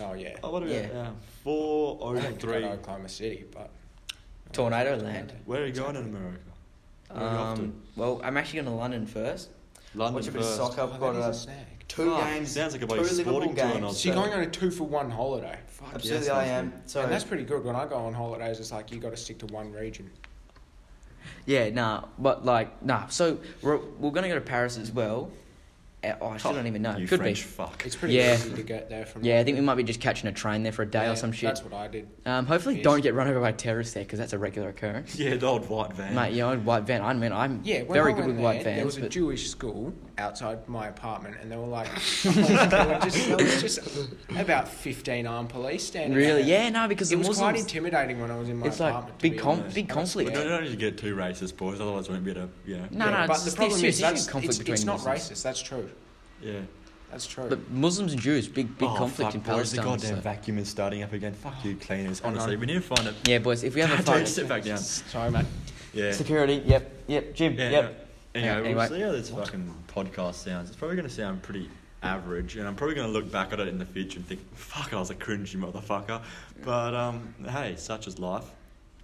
Speaker 1: Oh yeah.
Speaker 2: Oh, what about
Speaker 3: Yeah.
Speaker 2: yeah. four
Speaker 1: I
Speaker 2: oh
Speaker 1: don't think I'd
Speaker 2: three?
Speaker 1: go to Oklahoma City, but uh,
Speaker 3: Tornado land.
Speaker 2: Where are you going in America? Where are you off
Speaker 3: Um, well, I'm actually going to London first.
Speaker 2: to? London
Speaker 3: Watch a bit of
Speaker 2: first.
Speaker 3: soccer. I've got
Speaker 1: Oh, that
Speaker 3: uh,
Speaker 1: is a snag.
Speaker 3: two
Speaker 2: Fuck,
Speaker 3: games.
Speaker 2: sounds like a
Speaker 3: two
Speaker 2: bloody
Speaker 3: Liverpool
Speaker 2: sporting tour in
Speaker 3: games.
Speaker 2: Oz.
Speaker 1: So you're going on a two for one holiday.
Speaker 2: Fuck,
Speaker 3: Absolutely,
Speaker 2: yes,
Speaker 3: I
Speaker 2: sounds
Speaker 3: am.
Speaker 2: good.
Speaker 3: So
Speaker 1: and that's pretty good. When I go on holidays, it's like you got to stick to one region.
Speaker 3: Yeah, nah, but like, nah. So we're, we're gonna go to Paris as well. Uh, Oh, I still don't even know.
Speaker 2: You
Speaker 3: Could
Speaker 2: French
Speaker 3: be.
Speaker 2: fuck.
Speaker 1: It's pretty
Speaker 3: Yeah.
Speaker 1: easy to get there from.
Speaker 3: Yeah, I think we might be just catching a train there for a day
Speaker 1: Yeah,
Speaker 3: or some shit.
Speaker 1: That's what I did.
Speaker 3: Um, hopefully,
Speaker 1: Yes.
Speaker 3: don't get run over by terrorists there because that's a regular occurrence.
Speaker 2: Yeah, the old white van.
Speaker 3: Mate, you know, white van. I mean, I'm
Speaker 1: Yeah, when
Speaker 3: very
Speaker 1: I
Speaker 3: good
Speaker 1: went
Speaker 3: with
Speaker 1: there,
Speaker 3: white
Speaker 1: There
Speaker 3: vans,
Speaker 1: was a
Speaker 3: but
Speaker 1: Jewish school outside my apartment, and they were like, there were just, there was just about fifteen armed police standing.
Speaker 3: really,
Speaker 1: there.
Speaker 3: yeah, no, because
Speaker 1: It
Speaker 3: the
Speaker 1: was quite
Speaker 3: Muslims.
Speaker 1: intimidating when I was in my
Speaker 3: It's
Speaker 1: apartment.
Speaker 3: like
Speaker 1: to
Speaker 3: big
Speaker 1: be
Speaker 3: com-
Speaker 1: honest.
Speaker 3: big
Speaker 1: And I was
Speaker 3: conflict.
Speaker 2: We don't,
Speaker 1: scared.
Speaker 2: don't need to get too racist, boys. Otherwise, we won't be able to. Yeah.
Speaker 3: No, no,
Speaker 1: But
Speaker 3: it's,
Speaker 1: the
Speaker 3: it's
Speaker 1: problem
Speaker 3: serious
Speaker 1: is
Speaker 3: issue,
Speaker 1: that's
Speaker 3: conflict
Speaker 1: it's,
Speaker 3: between
Speaker 1: it's not
Speaker 3: Muslims.
Speaker 1: racist. That's true.
Speaker 2: Yeah.
Speaker 1: That's true.
Speaker 3: But Muslims and Jews, big big
Speaker 2: Oh,
Speaker 3: conflict
Speaker 2: fuck,
Speaker 3: in
Speaker 2: boys,
Speaker 3: Palestine.
Speaker 2: The goddamn
Speaker 3: so-
Speaker 2: vacuum is starting up again. Fuck you, cleaners. Honestly, we need to find a.
Speaker 3: Yeah, boys, if we have a
Speaker 2: Don't
Speaker 3: fight,
Speaker 2: sit back down.
Speaker 1: Sorry, mate.
Speaker 2: Yeah.
Speaker 3: security. Yep, yep, Jim.
Speaker 2: Yeah.
Speaker 3: yep.
Speaker 2: yeah. Anyway,
Speaker 3: Anyway.
Speaker 2: we'll see how this fucking podcast sounds. It's probably going to sound pretty average, and I'm probably going to look back at it in the future and think, "Fuck, I was a cringy motherfucker." But um, hey, such is life.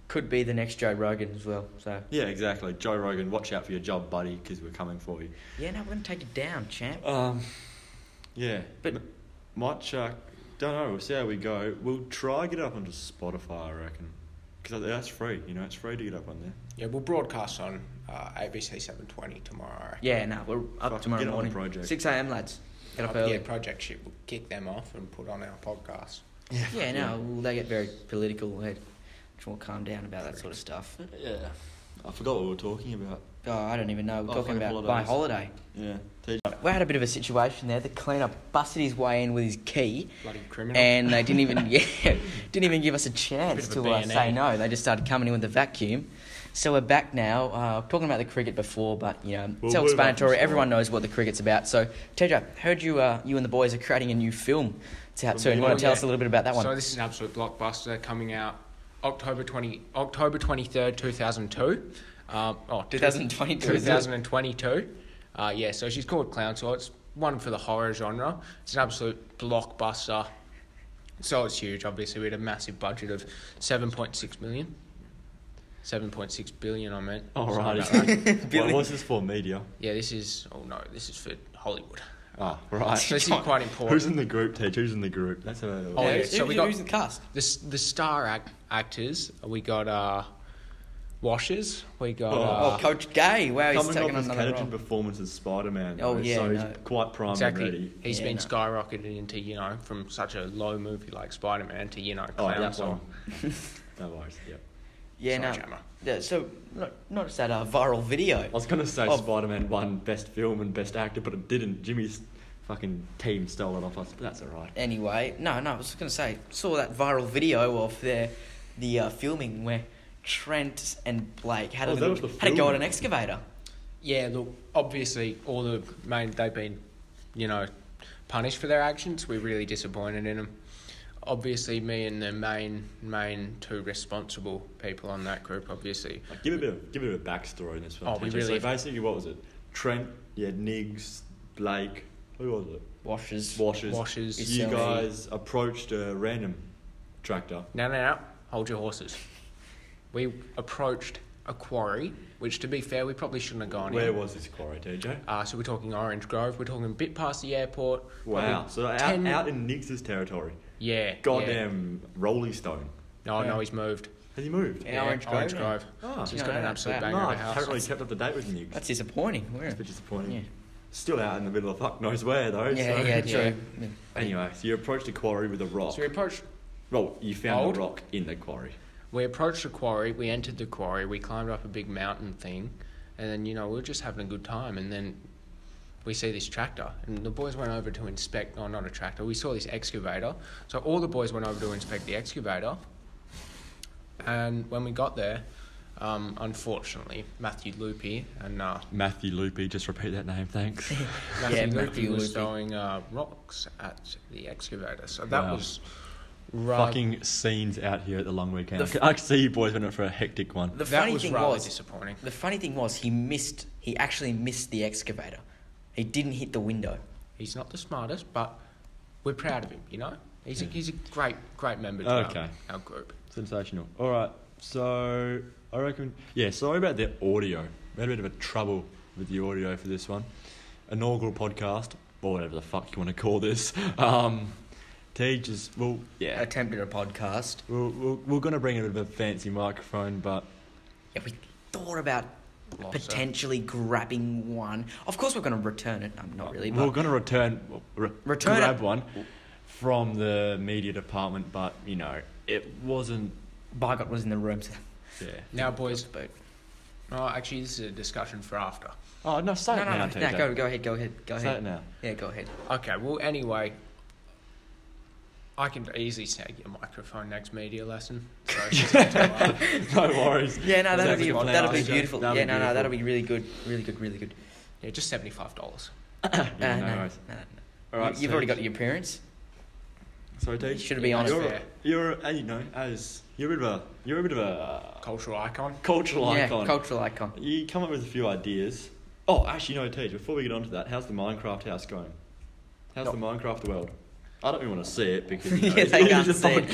Speaker 3: Could be the next Joe Rogan as well. So
Speaker 2: Yeah, exactly. Joe Rogan, watch out for your job, buddy, because we're coming for you.
Speaker 3: yeah, no, we're gonna take it down, champ.
Speaker 2: Um, yeah.
Speaker 3: But-
Speaker 2: M- might chuck. Don't know. We'll see how we go. We'll try get it up onto Spotify, I reckon, because that's free. You know, it's free to get up on there.
Speaker 1: Yeah, we'll broadcast on uh, ABC seven twenty tomorrow.
Speaker 3: Yeah, no, we're up
Speaker 2: Fuck,
Speaker 3: tomorrow
Speaker 2: get on the
Speaker 3: morning.
Speaker 2: project.
Speaker 3: Six a.m. lads, get up
Speaker 1: Uh,
Speaker 3: early.
Speaker 1: yeah, Project Ship will kick them off and put on our podcast.
Speaker 3: Yeah, no, well, they get very political. They much more calm down about that sort of stuff.
Speaker 2: Yeah. I forgot what we were talking about.
Speaker 3: Oh, I don't even know. We're
Speaker 2: Oh,
Speaker 3: talking
Speaker 2: fucking
Speaker 3: about my
Speaker 2: holidays.
Speaker 3: holiday.
Speaker 2: Yeah. TJ.
Speaker 3: We had a bit of a situation there. The cleaner busted his way in with his key,
Speaker 1: Bloody criminal.
Speaker 3: and they didn't even yeah, didn't even give us a chance
Speaker 1: Bit of a E.
Speaker 3: to uh,
Speaker 1: B&A.
Speaker 3: say no. They just started coming in with a vacuum. So we're back now. Uh, talking about the cricket before, but you know,
Speaker 2: Well, what about
Speaker 3: self-explanatory.
Speaker 2: from
Speaker 3: Everyone knows what the cricket's about. So, TJ, heard you uh, you and the boys are creating a new film. It's out
Speaker 2: From
Speaker 3: soon. You want
Speaker 1: Oh,
Speaker 3: to tell
Speaker 1: yeah.
Speaker 3: us a little bit about that one?
Speaker 1: So this is an absolute blockbuster coming out October twenty October twenty third, two thousand two. Um, oh,
Speaker 3: 2022.
Speaker 1: 2022. Uh, yeah, so she's called Clown, so it's one for the horror genre. It's an absolute blockbuster. So it's huge, obviously. We had a massive budget of 7.6 million. 7.6 billion, I meant. Sorry about that.
Speaker 2: Alrighty. well, what's this for media?
Speaker 1: Yeah, this is. Oh no, this is for Hollywood.
Speaker 2: Ah, right.
Speaker 1: So this is quite important.
Speaker 2: Who's in the group, Teach? Who's in the group? That's a
Speaker 1: Oh, yeah, so
Speaker 3: who-
Speaker 1: we got-
Speaker 3: who's the cast?
Speaker 1: The s- the star act- actors we got uh, washers. We got
Speaker 2: Oh,
Speaker 1: uh,
Speaker 3: Oh, Coach Gay. Wow, he's
Speaker 2: Coming off
Speaker 3: taking on
Speaker 2: his
Speaker 3: another
Speaker 2: Cajun
Speaker 3: role.
Speaker 2: performance as Spider-Man.
Speaker 3: Oh,
Speaker 2: though,
Speaker 3: yeah,
Speaker 2: so
Speaker 3: no.
Speaker 2: he's quite prime
Speaker 1: exactly.
Speaker 2: and ready.
Speaker 1: He's
Speaker 3: Yeah,
Speaker 1: been
Speaker 3: no.
Speaker 1: skyrocketed into you know from such a low movie like Spider Man to you know
Speaker 2: Oh,
Speaker 1: clown
Speaker 2: yeah,
Speaker 1: song.
Speaker 2: one. no worries. Yep.
Speaker 3: Yeah,
Speaker 1: Sorry,
Speaker 3: no.
Speaker 1: Jammer.
Speaker 3: Yeah, so no- notice that uh, viral video.
Speaker 2: I was gonna say
Speaker 3: Oh.
Speaker 2: Spider-Man won Best Film and Best Actor, but it didn't. Jimmy's fucking team stole it off us. But that's alright.
Speaker 3: Anyway, no, no, I was going to say, saw that viral video of the the uh, filming where Trent and Blake had,
Speaker 2: Oh,
Speaker 3: a,
Speaker 2: that
Speaker 3: little-
Speaker 2: was the
Speaker 3: had a go at
Speaker 2: filming.
Speaker 3: an excavator.
Speaker 1: Yeah, look, obviously all the main they've been, you know, punished for their actions. We're really disappointed in them. Obviously, me and the main main two responsible people on that group. Obviously,
Speaker 2: Like, give a bit of give a bit of backstory in this one.
Speaker 1: Oh, we
Speaker 2: TJ.
Speaker 1: really-
Speaker 2: So basically, what was it? Trent, yeah, Niggs, Blake. Who was it?
Speaker 3: Washes.
Speaker 2: Washers.
Speaker 1: washers.
Speaker 3: It's
Speaker 2: You
Speaker 3: so-
Speaker 2: guys approached a random tractor.
Speaker 1: No, no, no. Hold your horses. We approached a quarry, which, to be fair, we probably shouldn't have gone
Speaker 2: Where
Speaker 1: in.
Speaker 2: was this quarry, DJ?
Speaker 1: Uh, so we're talking Orange Grove. We're talking a bit past the airport.
Speaker 2: Wow.
Speaker 1: probably
Speaker 2: So out, out in Niggs's territory.
Speaker 1: Yeah. Yeah.
Speaker 2: Goddamn Rolling Stone.
Speaker 1: No,
Speaker 3: Yeah.
Speaker 1: no, he's moved.
Speaker 2: Has he moved?
Speaker 3: In Orange Grove,
Speaker 1: Orange
Speaker 3: yeah.
Speaker 1: Grove.
Speaker 2: Ah,
Speaker 1: So he's
Speaker 3: Yeah,
Speaker 1: got an
Speaker 3: that's
Speaker 1: absolute
Speaker 3: bad.
Speaker 1: banger
Speaker 2: no,
Speaker 1: of a
Speaker 2: I
Speaker 1: house.
Speaker 2: haven't really kept up to date with Niggs.
Speaker 3: That's disappointing.
Speaker 2: It's
Speaker 3: Where?
Speaker 2: a bit disappointing.
Speaker 3: Yeah.
Speaker 2: Still out in the middle of fuck knows where though.
Speaker 3: Yeah,
Speaker 2: so.
Speaker 3: yeah,
Speaker 1: Yeah.
Speaker 3: true. Yeah.
Speaker 2: Anyway, so you approached a quarry with a rock.
Speaker 1: So we approached
Speaker 2: well, you found
Speaker 1: Old?
Speaker 2: a rock in the quarry.
Speaker 1: We approached the quarry, we entered the quarry, we climbed up a big mountain thing, and then, you know, we were just having a good time. And then we see this tractor, and the boys went over to inspect, oh, not a tractor, we saw this excavator. So all the boys went over to inspect the excavator. And when we got there, um, unfortunately, Matthew Loopy and uh,
Speaker 2: Matthew Loopy, just repeat that name, thanks.
Speaker 1: Matthew Loopy
Speaker 3: Matthew
Speaker 1: was
Speaker 3: Loopy.
Speaker 1: throwing uh, rocks at the excavator. So that
Speaker 2: Wow.
Speaker 1: was rather,
Speaker 2: Fucking scenes out here at the long weekend.
Speaker 3: The
Speaker 2: I c- I can see you boys went up for a hectic one.
Speaker 3: The
Speaker 1: that
Speaker 3: funny
Speaker 1: was
Speaker 3: thing
Speaker 1: rather
Speaker 3: was,
Speaker 1: disappointing.
Speaker 3: the funny thing was, he missed. He actually missed the excavator. He didn't hit the window.
Speaker 1: He's not the smartest, but we're proud of him. You know, he's a,
Speaker 2: Yeah.
Speaker 1: he's a great great member to
Speaker 2: Okay.
Speaker 1: our, our group.
Speaker 2: Sensational. All right, so I reckon. Yeah, sorry about the audio. We had a bit of a trouble with the audio for this one. Inaugural podcast, or whatever the fuck you want to call this. Um, T just, well, yeah.
Speaker 3: Attempted a podcast.
Speaker 2: We're, we're, we're going to bring in a bit of a fancy microphone, but
Speaker 3: Yeah, we thought about
Speaker 1: Lots of-
Speaker 3: potentially grabbing one. Of course, we're going to return it. I'm not really.
Speaker 2: we're
Speaker 3: But
Speaker 2: going to return re-
Speaker 3: Return
Speaker 2: grab
Speaker 3: it.
Speaker 2: one from the media department. But you know, it wasn't.
Speaker 3: Bygott was in the room. So
Speaker 2: Yeah.
Speaker 1: Now, boys.
Speaker 3: But-
Speaker 1: Oh, actually, this is a discussion for after.
Speaker 2: Oh no! Say
Speaker 3: no,
Speaker 2: it
Speaker 3: no,
Speaker 2: now,
Speaker 3: no,
Speaker 2: TJ.
Speaker 3: no. Go, go ahead. Go ahead. Go
Speaker 2: Say it
Speaker 3: ahead.
Speaker 2: now.
Speaker 3: Yeah, go ahead.
Speaker 1: Okay. Well, anyway, I can easily snag your microphone next media lesson. So just get to it.
Speaker 2: no worries.
Speaker 3: Yeah, no,
Speaker 2: Is
Speaker 3: that'll
Speaker 2: that
Speaker 3: be
Speaker 2: what you want?
Speaker 3: that'll be
Speaker 2: Yeah,
Speaker 3: beautiful.
Speaker 2: that'll
Speaker 3: yeah,
Speaker 2: be
Speaker 3: no, no,
Speaker 2: beautiful.
Speaker 3: that'll be really good. Really good. Really good.
Speaker 1: yeah, just seventy five dollars.
Speaker 2: Yeah,
Speaker 3: Uh,
Speaker 2: no
Speaker 3: no,
Speaker 2: worries.
Speaker 3: no, no,
Speaker 2: All
Speaker 3: no.
Speaker 2: right,
Speaker 3: You- You've already
Speaker 2: so-
Speaker 3: got your appearance.
Speaker 2: Sorry,
Speaker 3: You
Speaker 2: T.
Speaker 3: should be
Speaker 1: Yeah,
Speaker 3: honest.
Speaker 1: that's
Speaker 2: You're,
Speaker 1: fair.
Speaker 2: you're, uh, you know, as you're a bit of a, you're a bit of a
Speaker 1: Cultural icon.
Speaker 2: cultural
Speaker 3: yeah,
Speaker 2: icon.
Speaker 3: cultural icon.
Speaker 2: you come up with a few ideas. Oh, actually, no, Tej. Before we get on to that, how's the Minecraft house going? How's the Minecraft world? I don't even want to see it because you know,
Speaker 3: Oh. Yeah,
Speaker 2: it's,
Speaker 3: they can't
Speaker 2: it's a
Speaker 3: see it.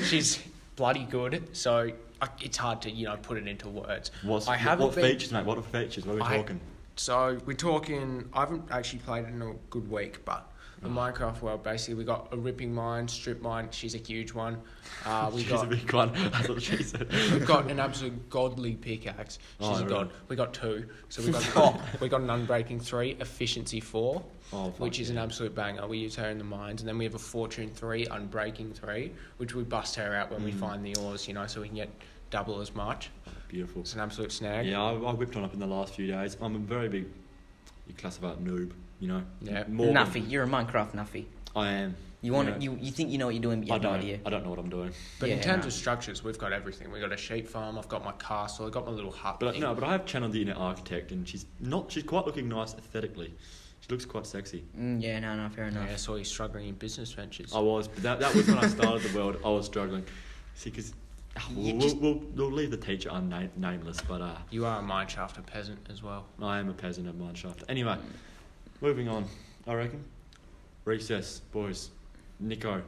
Speaker 2: podcast.
Speaker 1: She's bloody good. So I, it's hard to you know put it into words.
Speaker 2: What's,
Speaker 1: I haven't
Speaker 2: what
Speaker 1: been-
Speaker 2: features, mate? What are features? What are we
Speaker 1: I-
Speaker 2: talking?
Speaker 1: So we're talking. I haven't actually played it in a good week, but the
Speaker 2: Mm.
Speaker 1: Minecraft world. Basically, we got a ripping mine, strip mine. She's a huge one. Uh, we
Speaker 2: She's a
Speaker 1: got
Speaker 2: big one. That's what she said.
Speaker 1: we've got an absolute godly pickaxe. She's
Speaker 2: Oh,
Speaker 1: a god.
Speaker 2: really?
Speaker 1: We got two. So we got we got an unbreaking three, efficiency four,
Speaker 2: Oh, fuck
Speaker 1: which is an
Speaker 2: yeah.
Speaker 1: absolute banger. We use her in the mines, and then we have a fortune three, unbreaking three, which we bust her out when
Speaker 2: Mm.
Speaker 1: we find the ores. You know, so we can get double as much.
Speaker 2: beautiful.
Speaker 1: It's an absolute snag.
Speaker 2: Yeah, I, I whipped one up in the last few days. I'm a very big, you classify it noob. You know.
Speaker 1: Yeah.
Speaker 2: More than-
Speaker 3: Nuffy, you're a Minecraft Nuffy.
Speaker 2: I am.
Speaker 3: You want
Speaker 2: know.
Speaker 3: you you think you know what you're doing, but you
Speaker 2: I
Speaker 3: have no
Speaker 2: don't.
Speaker 3: idea.
Speaker 2: I don't know what I'm doing.
Speaker 1: But in
Speaker 3: Yeah,
Speaker 1: terms
Speaker 3: no.
Speaker 1: of structures, we've got everything. We've got a sheep farm, I've got my castle, I've got my little hut.
Speaker 2: But
Speaker 1: thing.
Speaker 2: no, but I have channeled the inner architect, and she's not. She's quite looking nice aesthetically. She looks quite sexy.
Speaker 3: Mm, yeah, no, no, fair enough.
Speaker 1: Yeah, I saw you struggling in business ventures.
Speaker 2: I was, but that, that was when I started the world. I was struggling. See, because
Speaker 3: Ah, You
Speaker 2: we'll,
Speaker 3: just-
Speaker 2: we'll, we'll leave the teacher unnameless, nameless, but uh,
Speaker 1: You are a mineshafter peasant as well.
Speaker 2: I am a peasant of Mineshaft. Anyway, moving on, I reckon. Recess, boys. Nico,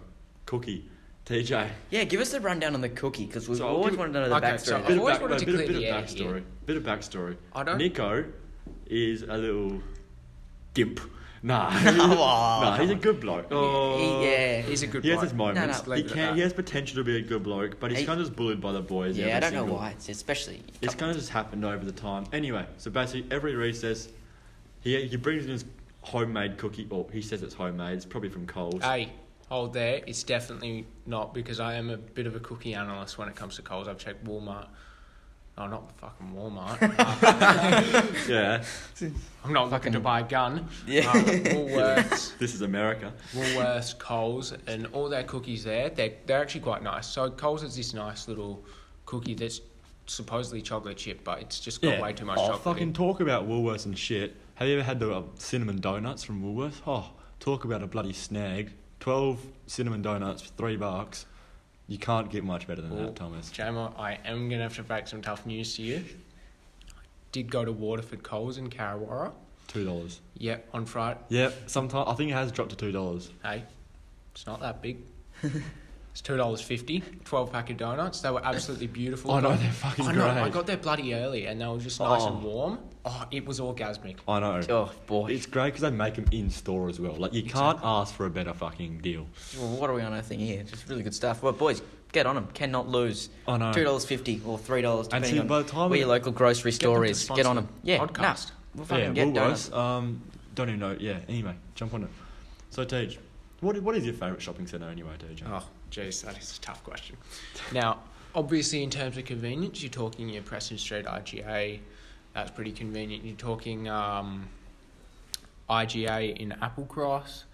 Speaker 2: Cookie, TJ.
Speaker 3: Yeah, give us the rundown on the cookie because we've
Speaker 2: So I'll
Speaker 3: always
Speaker 2: give-
Speaker 3: wanted to know the
Speaker 1: Okay,
Speaker 3: backstory.
Speaker 1: so
Speaker 3: of
Speaker 1: I've
Speaker 2: Bit
Speaker 3: it.
Speaker 2: of,
Speaker 1: always
Speaker 2: back,
Speaker 1: wanted
Speaker 2: no,
Speaker 1: to
Speaker 2: bit, of-
Speaker 1: clear
Speaker 2: bit
Speaker 1: the air
Speaker 2: of backstory.
Speaker 1: here.
Speaker 2: Bit of backstory.
Speaker 1: I don't-
Speaker 2: Nico is a little gimp. Nah.
Speaker 3: Oh,
Speaker 2: nah, he's a
Speaker 3: come
Speaker 2: good bloke.
Speaker 1: Oh.
Speaker 3: yeah.
Speaker 1: He's a good
Speaker 2: He has
Speaker 1: bloke.
Speaker 2: his moments.
Speaker 3: No,
Speaker 1: no.
Speaker 2: He,
Speaker 1: Leave it at
Speaker 2: can,
Speaker 1: that.
Speaker 2: he has potential to be a good bloke, but he's
Speaker 3: Hey.
Speaker 2: kind of just bullied by the boys.
Speaker 5: Yeah, I
Speaker 2: every
Speaker 5: don't know
Speaker 2: single-
Speaker 5: why. It's especially.
Speaker 2: It's kind of just happened over the time. Anyway, so basically every recess, he, he brings in his homemade cookie, or he says it's homemade. It's probably from Coles.
Speaker 1: Hey, hold there. It's definitely not because I am a bit of a cookie analyst when it comes to Coles. I've checked Walmart. Oh, not fucking Walmart.
Speaker 2: yeah,
Speaker 1: I'm not looking to
Speaker 5: Fucking-
Speaker 1: buy a gun.
Speaker 5: Yeah.
Speaker 1: Um, Woolworths,
Speaker 2: this is America.
Speaker 1: Woolworths, Coles, and all their cookies there. They're, they're actually quite nice. So Coles is this nice little cookie that's supposedly chocolate chip, but it's just got way too much
Speaker 2: oh,
Speaker 1: chocolate.
Speaker 2: fucking
Speaker 1: in.
Speaker 2: talk about Woolworths and shit. Have you ever had the uh, cinnamon donuts from Woolworths? Oh, talk about a bloody snag. Twelve cinnamon donuts for three bucks. You can't get much better than
Speaker 1: Well,
Speaker 2: that, Thomas.
Speaker 1: Jamo, I am going to have to break some tough news to you. I did go to Waterford Coles in Carrawara.
Speaker 2: Two dollars.
Speaker 1: Yep, on Friday.
Speaker 2: Yep. Sometimes I think it has dropped to two dollars.
Speaker 1: Hey, it's not that big. it's two dollars fifty. Twelve pack of donuts. They were absolutely beautiful.
Speaker 2: Oh, no,
Speaker 1: Got-
Speaker 2: they're fucking
Speaker 1: I know, I
Speaker 2: great.
Speaker 1: got there bloody early, and they were just nice and
Speaker 2: Oh.
Speaker 1: warm. Oh, it was orgasmic.
Speaker 2: I know.
Speaker 3: Oh boy.
Speaker 2: It's great because they make them in store as well. Like you can't ask for a better fucking deal.
Speaker 3: Well, what are we on earthing here? Just really good stuff. Well, boys, get on them. Cannot lose.
Speaker 2: I know.
Speaker 3: Two dollars fifty or three dollars,
Speaker 2: Oh, And
Speaker 3: depending
Speaker 2: see,
Speaker 3: on
Speaker 2: by the time
Speaker 3: where
Speaker 2: we-
Speaker 3: your local grocery store
Speaker 1: them to
Speaker 3: is. Get on them.
Speaker 1: sponsor the
Speaker 3: Yeah,
Speaker 1: podcast.
Speaker 3: Nah, we'll
Speaker 2: Yeah,
Speaker 3: fucking get donuts.
Speaker 2: Woolworths. Um, don't even know. Yeah. Anyway, jump on it. So, Tej, what what is your favourite shopping centre anyway, Tej?
Speaker 1: Oh, jeez, that is a tough question. Now, obviously, in terms of convenience, you're talking your Preston Street IGA. That's pretty convenient. You're talking um, IGA in Applecross.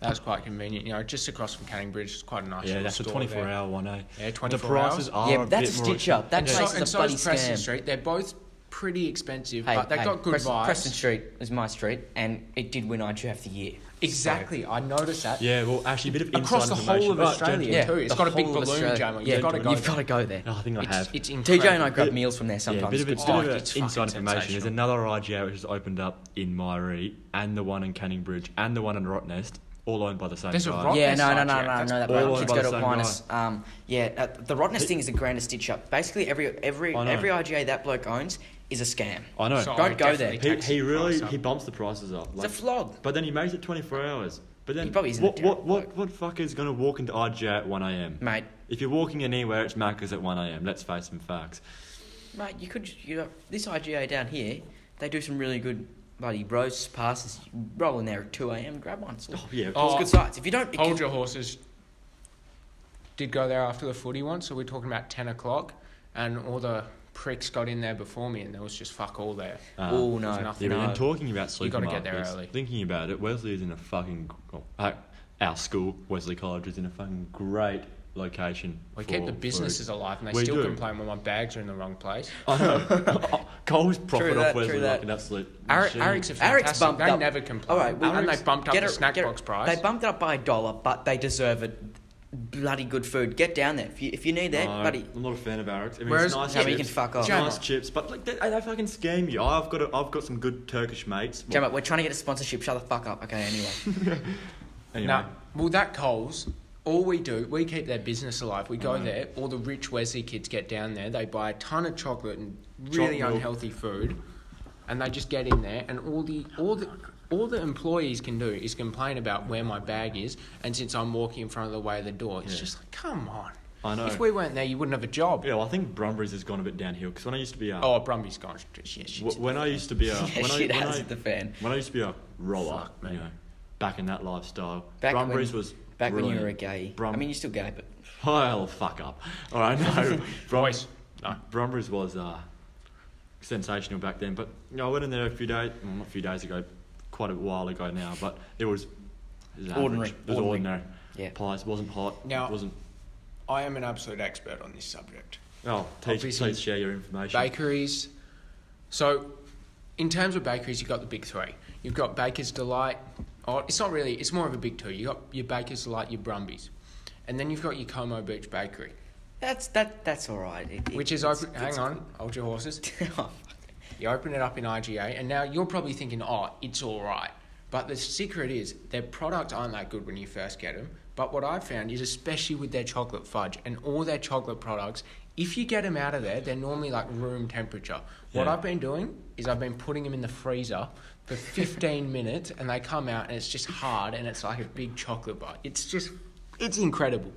Speaker 1: That's quite convenient. You know, just across from Canning Bridge, it's quite a nice.
Speaker 2: yeah,
Speaker 1: little
Speaker 2: that's a
Speaker 1: store
Speaker 2: twenty four
Speaker 1: there.
Speaker 2: hour one, eh?
Speaker 1: Yeah,
Speaker 2: The
Speaker 1: 24 hours.
Speaker 2: prices are
Speaker 3: yeah, but that's a
Speaker 2: bit more
Speaker 3: stitch up. That
Speaker 1: and
Speaker 3: place
Speaker 1: so,
Speaker 3: is
Speaker 1: and
Speaker 3: a
Speaker 1: so
Speaker 3: bloody
Speaker 1: is Preston
Speaker 3: scam.
Speaker 1: Street. They're both pretty expensive,
Speaker 3: Hey,
Speaker 1: but they've
Speaker 3: hey,
Speaker 1: got good
Speaker 3: Preston,
Speaker 1: vibes.
Speaker 3: Preston Street is my street, and it did win IGF of the year.
Speaker 1: Exactly, I noticed that.
Speaker 2: Yeah, well, actually, a bit of inside
Speaker 1: Across the whole
Speaker 2: information. Oh,
Speaker 1: of
Speaker 2: Right,
Speaker 1: Australia
Speaker 2: gentlemen.
Speaker 1: too. It's
Speaker 3: the
Speaker 1: got a big
Speaker 3: whole of
Speaker 1: balloon,
Speaker 3: Australia.
Speaker 1: Jamo. You've
Speaker 3: Yeah,
Speaker 1: gotta go
Speaker 3: You've
Speaker 1: there.
Speaker 3: got to go there.
Speaker 2: No, Oh, I think I
Speaker 1: It's,
Speaker 2: have.
Speaker 1: it's
Speaker 3: TJ
Speaker 1: incredible.
Speaker 3: and I grab
Speaker 2: Bit-
Speaker 3: meals from there
Speaker 2: yeah, a
Speaker 3: sometimes.
Speaker 2: bit of,
Speaker 3: It's
Speaker 2: it's
Speaker 3: good
Speaker 2: bit
Speaker 1: oh,
Speaker 2: of a
Speaker 1: it's fucking
Speaker 2: inside information. There's
Speaker 1: sensational.
Speaker 2: another IGA which has opened up in Myrie, and the one in Canning Bridge, and the one in Rottnest, all owned by the same
Speaker 1: There's a
Speaker 2: guy.
Speaker 1: Rottnest
Speaker 3: yeah, no,
Speaker 1: side
Speaker 3: no, no,
Speaker 1: check. Oh,
Speaker 3: no, no,
Speaker 1: That's
Speaker 3: that
Speaker 2: all
Speaker 3: way.
Speaker 2: owned
Speaker 3: Kids
Speaker 2: by the
Speaker 3: go to
Speaker 2: same
Speaker 3: Aquinas. Um, yeah, uh, the Rottnest thing is the grandest stitch up. Basically, every every
Speaker 2: I know.
Speaker 3: every IGA that bloke owns is a scam.
Speaker 2: I know.
Speaker 1: So
Speaker 3: Don't
Speaker 1: it
Speaker 3: go there.
Speaker 1: definitely
Speaker 2: He,
Speaker 1: takes
Speaker 2: he
Speaker 1: the
Speaker 2: really
Speaker 1: price up.
Speaker 2: he bumps the prices up.
Speaker 3: It's a
Speaker 2: Like,
Speaker 3: flog.
Speaker 2: but then he makes it 24 hours. But then
Speaker 3: He probably isn't a
Speaker 2: what, what,
Speaker 3: terrible Hmm.
Speaker 2: what, what fucker's going to walk into IGA at 1 a.m.?
Speaker 3: Mate,
Speaker 2: If you're walking anywhere, it's Macca's at 1 a.m. Let's face some facts.
Speaker 3: mate, you could you know, this IGA down here, they do some really good bloody roasts, passes. You roll in there at two a.m. Grab one. It's,
Speaker 2: Oh, yeah.
Speaker 1: Oh,
Speaker 3: it's good sites. If you don't,
Speaker 1: Hold your horses. Did go there after the footy once, so we're talking about ten o'clock, and all the pricks got in there before me, and there was just fuck all there.
Speaker 2: Uh,
Speaker 3: oh
Speaker 1: there's
Speaker 3: no,
Speaker 1: nothing.
Speaker 2: yeah, but
Speaker 3: no.
Speaker 2: then talking about
Speaker 1: You
Speaker 2: supermarkets,
Speaker 1: gotta get there early.
Speaker 2: thinking about it, Wesley is in a fucking... oh, uh, our school, Wesley College, is in a fucking great location.
Speaker 1: We
Speaker 2: for
Speaker 1: keep the
Speaker 2: food.
Speaker 1: businesses alive, and they
Speaker 2: We
Speaker 1: still
Speaker 2: do.
Speaker 1: complain when my bags are in the wrong place.
Speaker 2: I know. Cole's profit
Speaker 3: that,
Speaker 2: off
Speaker 3: true
Speaker 2: Wesley
Speaker 3: that.
Speaker 2: like an absolute
Speaker 3: Ar-
Speaker 2: machine.
Speaker 1: Aric's are
Speaker 3: Aric's
Speaker 1: fantastic.
Speaker 3: bumped
Speaker 1: they
Speaker 3: up.
Speaker 1: never complain.
Speaker 3: well,
Speaker 1: and they
Speaker 3: Aric's-
Speaker 1: bumped up
Speaker 3: get
Speaker 1: the
Speaker 3: it-
Speaker 1: snack
Speaker 3: get it-
Speaker 1: box price.
Speaker 3: They bumped it up by a dollar, but they deserve it. Bloody good food. Get down there if you if you need that,
Speaker 2: No,
Speaker 3: buddy.
Speaker 2: I'm not a fan of Arix. I mean,
Speaker 1: Whereas-
Speaker 2: it's nice
Speaker 1: Yeah,
Speaker 3: but you
Speaker 2: chips.
Speaker 3: can fuck off.
Speaker 2: It's nice chips, but like they, they fucking scam you. I've got a, I've got some good Turkish mates. Well,
Speaker 3: Jamo, we're trying to get a sponsorship. Shut the fuck up. Okay, anyway.
Speaker 2: anyway,
Speaker 1: No, well, that Coles, all we do, we keep their business alive. We go
Speaker 2: Right.
Speaker 1: there, all the rich Wesley kids get down there, they buy a ton of chocolate and really
Speaker 2: Chocolate.
Speaker 1: unhealthy food, and they just get in there, and all the all the all the employees can do is complain about where my bag is, and since I'm walking in front of the way of the door, it's
Speaker 2: Yeah.
Speaker 1: just like, come on.
Speaker 2: I know.
Speaker 1: If we weren't there, you wouldn't have a job.
Speaker 2: yeah, well, I think Brumbury's has gone a bit downhill because when I used to be a
Speaker 1: Oh, Brumby's gone. Yeah, shit.
Speaker 2: w- when I used to be a
Speaker 3: Yeah,
Speaker 2: when, I,
Speaker 3: shit
Speaker 2: when,
Speaker 3: has
Speaker 2: I,
Speaker 3: hit the fan.
Speaker 2: when I used to be a roller,
Speaker 1: Fuck,
Speaker 2: you
Speaker 1: mate.
Speaker 2: know, back in that lifestyle,
Speaker 3: Back when-
Speaker 2: Brumbury's was
Speaker 3: Back when
Speaker 2: brilliant.
Speaker 3: you were a gay.
Speaker 2: Brum-
Speaker 3: I mean, you're still gay, but
Speaker 2: Pile fuck up. All right, no.
Speaker 1: Boys.
Speaker 2: no. Brumbury's was uh, sensational back then, but you know, I went in there a few days, well, not a few days ago, quite a while ago now, but it was, it was average.
Speaker 3: Ordinary,
Speaker 2: It was
Speaker 3: ordinary.
Speaker 2: ordinary.
Speaker 3: Yeah.
Speaker 2: Pies wasn't hot.
Speaker 1: Now-
Speaker 2: it wasn't.
Speaker 1: I am an absolute expert on this subject.
Speaker 2: Oh, please,
Speaker 1: Obviously-
Speaker 2: please share your information.
Speaker 1: bakeries. So, in terms of bakeries, you've got the big three. You've got Baker's Delight. Or it's not really. It's more of a big two. You've got your Baker's Delight, your Brumbies, and then you've got your Como Beach Bakery,
Speaker 3: that's that that's all right. It- it-
Speaker 1: which is
Speaker 3: it's-
Speaker 1: open. hang
Speaker 3: it's-
Speaker 1: on, hold your horses.
Speaker 3: Oh,
Speaker 1: You open it up in IGA, and now you're probably thinking, "Oh, it's all right." But the secret is their products aren't that good when you first get them. But what I found is, especially with their chocolate fudge and all their chocolate products, If you get them out of there, they're normally like room temperature. What
Speaker 2: Yeah.
Speaker 1: I've been doing is I've been putting them in the freezer for 15 minutes and they come out and it's just hard and it's like a big chocolate bar. It's just, it's incredible.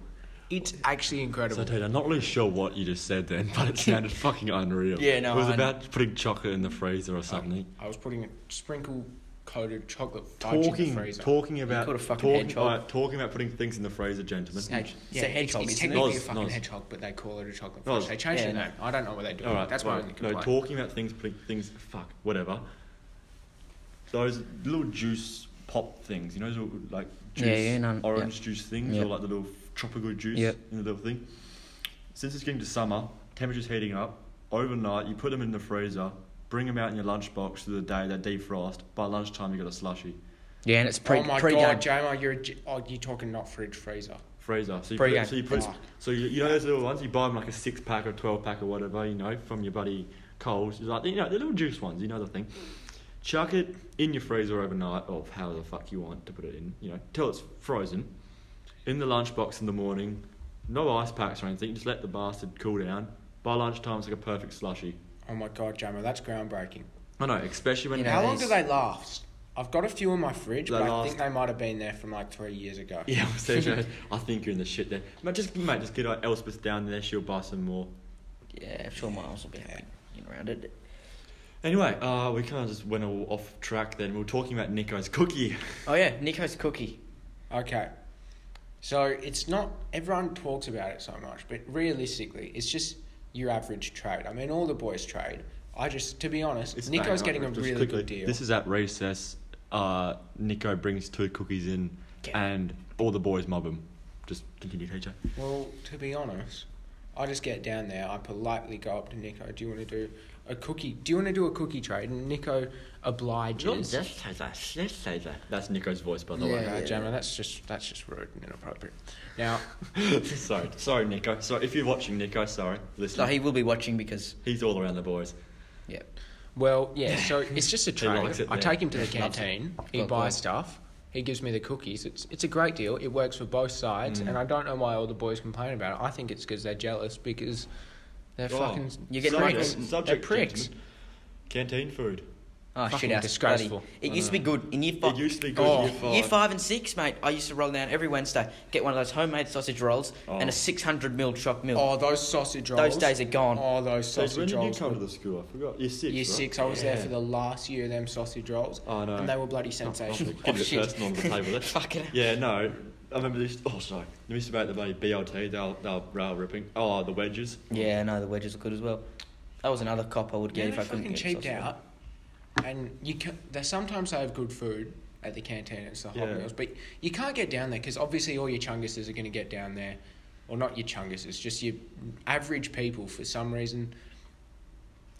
Speaker 1: It's actually
Speaker 2: So,
Speaker 1: incredible.
Speaker 2: dude, I'm not really sure what you just said then, but it sounded fucking unreal.
Speaker 3: Yeah, no,
Speaker 2: It was
Speaker 3: I know.
Speaker 2: about putting chocolate in the freezer or something.
Speaker 1: I was putting a sprinkle coated chocolate fudge in the
Speaker 2: Talking,
Speaker 1: freezer.
Speaker 2: talking about
Speaker 3: called a fucking
Speaker 2: talking,
Speaker 3: hedgehog.
Speaker 2: alright, talking about putting things in the freezer, gentlemen.
Speaker 3: Snake. It's a hedgehog,
Speaker 1: It's,
Speaker 3: isn't it?
Speaker 1: technically
Speaker 2: Noz,
Speaker 1: a fucking
Speaker 2: Noz.
Speaker 1: hedgehog, but they call it a chocolate
Speaker 2: Noz.
Speaker 1: fudge. They changed
Speaker 3: Yeah,
Speaker 1: their
Speaker 3: no.
Speaker 1: name. I don't know what they do.
Speaker 2: All right,
Speaker 1: That's my
Speaker 2: well,
Speaker 1: only
Speaker 2: no
Speaker 1: complaint.
Speaker 2: talking about things, putting things, fuck, whatever. Those little juice pop things, you know, those little, like juice,
Speaker 5: Yeah, yeah, no, yeah.
Speaker 2: orange juice things,
Speaker 5: Yep.
Speaker 2: or like the little tropical juice
Speaker 5: Yep.
Speaker 2: in the little thing. Since it's getting to summer, temperature's heating up. Overnight, you put them in the freezer, bring them out in your lunchbox through the day. They defrost. By lunchtime, you got a slushy
Speaker 5: Yeah, and it's pre
Speaker 1: oh my
Speaker 5: pre
Speaker 1: god,
Speaker 5: done.
Speaker 1: Jamo, you're a g- oh, you're talking not fridge freezer.
Speaker 2: freezer. So you
Speaker 5: Free
Speaker 2: put,
Speaker 5: game.
Speaker 2: so you put,
Speaker 1: Fuck.
Speaker 2: so you, you know those little ones. You buy them like a six pack or twelve pack or whatever. You know from your buddy Coles. It's like you know the little juice ones. You know the thing. Chuck it in your freezer overnight, or how the fuck you want to put it in. You know till it's frozen. In the lunchbox in the morning. No ice packs or anything. Just let the bastard cool down. By lunchtime, it's like a perfect slushy.
Speaker 1: Oh my god, Jamo, that's groundbreaking.
Speaker 2: I know, especially when
Speaker 5: You know,
Speaker 1: How long do
Speaker 5: these-
Speaker 1: they last? I've got a few in my fridge,
Speaker 2: They
Speaker 1: but I
Speaker 2: last-
Speaker 1: think they might have been there from like three years ago.
Speaker 2: Yeah, I'm so sure. I think you're in the shit there. Mate, just mate, just get uh, Elspeth down there. She'll buy some more.
Speaker 3: Yeah, sure, Miles will be happy getting around it.
Speaker 2: Anyway, uh, we kind of just went all off track then. We were talking about Nico's cookie.
Speaker 3: Oh yeah, Nico's cookie.
Speaker 1: Okay. So it's not everyone talks about it so much, but realistically, it's just your average trade. I mean, all the boys trade. I just, to be honest,
Speaker 2: It's
Speaker 1: Nico's
Speaker 2: bang
Speaker 1: getting
Speaker 2: on,
Speaker 1: a
Speaker 2: just
Speaker 1: really
Speaker 2: quickly.
Speaker 1: good deal.
Speaker 2: This is at recess. Uh, Nico brings two cookies in,
Speaker 3: Yeah.
Speaker 2: and all the boys mob him. Just continue, TJ.
Speaker 1: Well, to be honest, I just get down there. I politely go up to Nico. Do you want to do a cookie? Do you want to do a cookie trade? And Nico obliges.
Speaker 2: That's Nico's voice, by the
Speaker 1: yeah,
Speaker 2: way.
Speaker 1: no, Gemma, that's just that's just rude and inappropriate. Now,
Speaker 2: sorry, sorry, Nico. Sorry, if you're watching, Nico. Sorry, listen.
Speaker 3: So he will be watching because
Speaker 2: He's all around the boys.
Speaker 3: yeah.
Speaker 1: well, yeah. So it's just a
Speaker 2: likes
Speaker 1: trade.
Speaker 2: it
Speaker 1: I
Speaker 2: there.
Speaker 1: take him to the
Speaker 2: He loves it.
Speaker 1: canteen. He
Speaker 3: Got
Speaker 1: buys
Speaker 3: that.
Speaker 1: stuff. He gives me the cookies. It's it's a great deal. It works for both sides,
Speaker 2: Mm.
Speaker 1: and I don't know why all the boys complain about it. I think it's because they're jealous because they're
Speaker 2: Oh,
Speaker 1: fucking
Speaker 3: You get
Speaker 1: pricks.
Speaker 2: subject,
Speaker 3: pricks.
Speaker 1: They're
Speaker 2: subject
Speaker 1: pricks.
Speaker 2: gentlemen. Canteen food.
Speaker 3: Oh
Speaker 1: Fucking
Speaker 3: shit, our
Speaker 1: disgraceful.
Speaker 3: bloody- It used to be good in year five.
Speaker 2: It used to be good.
Speaker 1: Oh.
Speaker 2: year five.
Speaker 3: Year five and six, mate. I used to roll down every Wednesday, get one of those homemade sausage rolls
Speaker 2: Oh.
Speaker 3: and a six hundred mil choc milk.
Speaker 1: Oh, those sausage rolls.
Speaker 3: Those days are gone.
Speaker 1: Oh, those
Speaker 2: So when
Speaker 1: sausage
Speaker 2: did you
Speaker 1: rolls.
Speaker 2: come to the school? I forgot. Year six.
Speaker 1: Year
Speaker 2: right?
Speaker 1: six, I was there
Speaker 2: Yeah.
Speaker 1: for the last year of them sausage rolls.
Speaker 2: Oh, no.
Speaker 1: And they were bloody
Speaker 2: Getting
Speaker 1: sensational.
Speaker 2: a bit
Speaker 3: Oh, shit.
Speaker 2: personal on the table. there.
Speaker 3: Fuck it.
Speaker 2: Yeah, no. I remember this. Oh, sorry. Let me see about the bloody BLT. They'll they'll rail ripping. Oh, the wedges.
Speaker 3: Yeah, no, the wedges are good as well. That was another cop I would
Speaker 1: yeah,
Speaker 3: get if
Speaker 1: they
Speaker 3: I couldn't
Speaker 1: fucking
Speaker 3: get
Speaker 1: cheaped
Speaker 3: sausage roll.
Speaker 1: out. And you can, they sometimes they have good food at the canteen and stuff,
Speaker 2: Yeah.
Speaker 1: Hot Meals, but you can't get down there because obviously all your chunguses are going to get down there. Or not your chunguses, just your average people for some reason.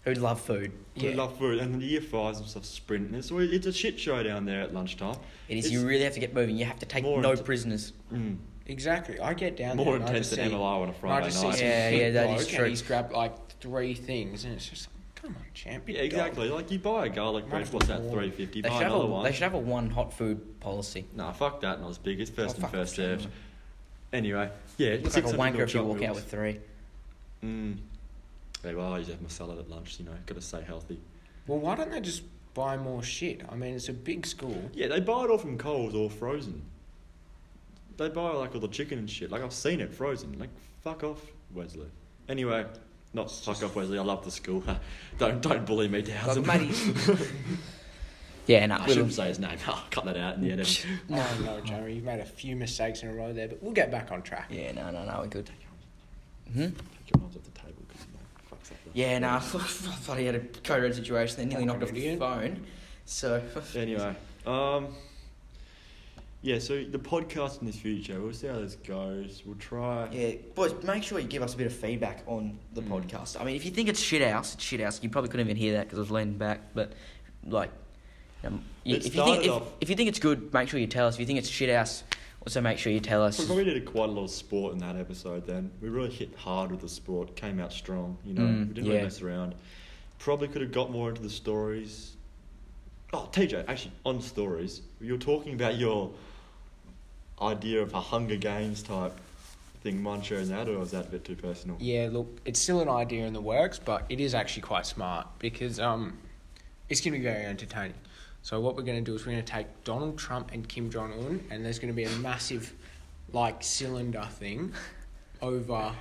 Speaker 3: Who love food?
Speaker 2: We
Speaker 1: Yeah.
Speaker 2: love food. And the year fives and stuff sprint. It's always, it's a shit show down there at lunchtime.
Speaker 3: It is.
Speaker 2: It's-
Speaker 3: you really have to get moving. You have to take
Speaker 2: More
Speaker 3: no
Speaker 2: int-
Speaker 3: prisoners.
Speaker 2: Mm.
Speaker 1: Exactly. I get down
Speaker 2: More
Speaker 1: there. and I
Speaker 2: intense
Speaker 1: just
Speaker 2: than
Speaker 1: see-
Speaker 2: MLR on a
Speaker 1: and I
Speaker 2: Friday
Speaker 1: just see
Speaker 2: night.
Speaker 1: some
Speaker 3: Yeah,
Speaker 1: fit
Speaker 3: yeah, that is
Speaker 1: bloke
Speaker 3: true.
Speaker 1: And he's grabbed like three things, and it's just like, come on, champion.
Speaker 2: Yeah, exactly. Like you buy a garlic bread. What's that? Three fifty.
Speaker 3: They
Speaker 2: Buy
Speaker 3: should, have
Speaker 2: another
Speaker 3: a,
Speaker 2: one.
Speaker 3: they should have a one hot food policy.
Speaker 2: Nah, fuck that. Not as big. It's first
Speaker 3: Oh,
Speaker 2: and
Speaker 3: fuck
Speaker 2: first
Speaker 3: that.
Speaker 2: served. Anyway, yeah.
Speaker 3: You look like a
Speaker 2: 600
Speaker 3: wanker if you
Speaker 2: chocolate
Speaker 3: walk out
Speaker 2: milks.
Speaker 3: with three.
Speaker 2: Mm. Yeah, well, I usually have my salad at lunch. You know, gotta stay healthy.
Speaker 1: Well, why don't they just buy more shit? I mean, it's a big school.
Speaker 2: Yeah, they buy it all from Coles or frozen. They buy like all the chicken and shit. Like I've seen it frozen. Like fuck off, Wesley. Anyway, not fuck off, Wesley. I love the school. don't don't bully me,
Speaker 3: Like,
Speaker 2: Townsend.
Speaker 3: Matty's- yeah, no.
Speaker 2: I
Speaker 3: we
Speaker 2: shouldn't say his name. I'll cut that out in the edit.
Speaker 1: No, no, Jeremy, you've made a few mistakes in a row there, but we'll get back on track.
Speaker 3: yeah, no, no, no. We're good. Hmm?
Speaker 2: Take your arms off the table 'cause, you know, it fucks up the-
Speaker 3: Yeah, no. I thought he had a co-red situation. They nearly knocked off the
Speaker 1: Idiot.
Speaker 3: phone. So
Speaker 2: Anyway, um, yeah. So the podcast in the future, we'll see how this goes. We'll try.
Speaker 3: Yeah, boys, make sure you give us a bit of feedback on the
Speaker 2: Mm.
Speaker 3: podcast. I mean, if you think it's shit house, it's shit house. You probably couldn't even hear that because I was leaning back. But like, um, you-
Speaker 2: It
Speaker 3: if you think
Speaker 2: started
Speaker 3: if,
Speaker 2: off-
Speaker 3: if you think it's good, make sure you tell us. If you think it's shit house, also make sure you tell us.
Speaker 2: We probably did quite a lot of sport in that episode then. We really hit hard with the sport, came out strong, you know,
Speaker 3: Mm,
Speaker 2: we didn't really
Speaker 3: yeah.
Speaker 2: mess around. Probably could have got more into the stories. Oh, TJ, actually, on stories, you were talking about your idea of a Hunger Games type think mind sharing that, or is that a bit too personal?
Speaker 1: Yeah, look, it's still an idea in the works, but it is actually quite smart because um, it's going to be very entertaining. So what we're going to do is we're going to take Donald Trump and Kim Jong Un, and there's going to be a massive, like cylinder thing, over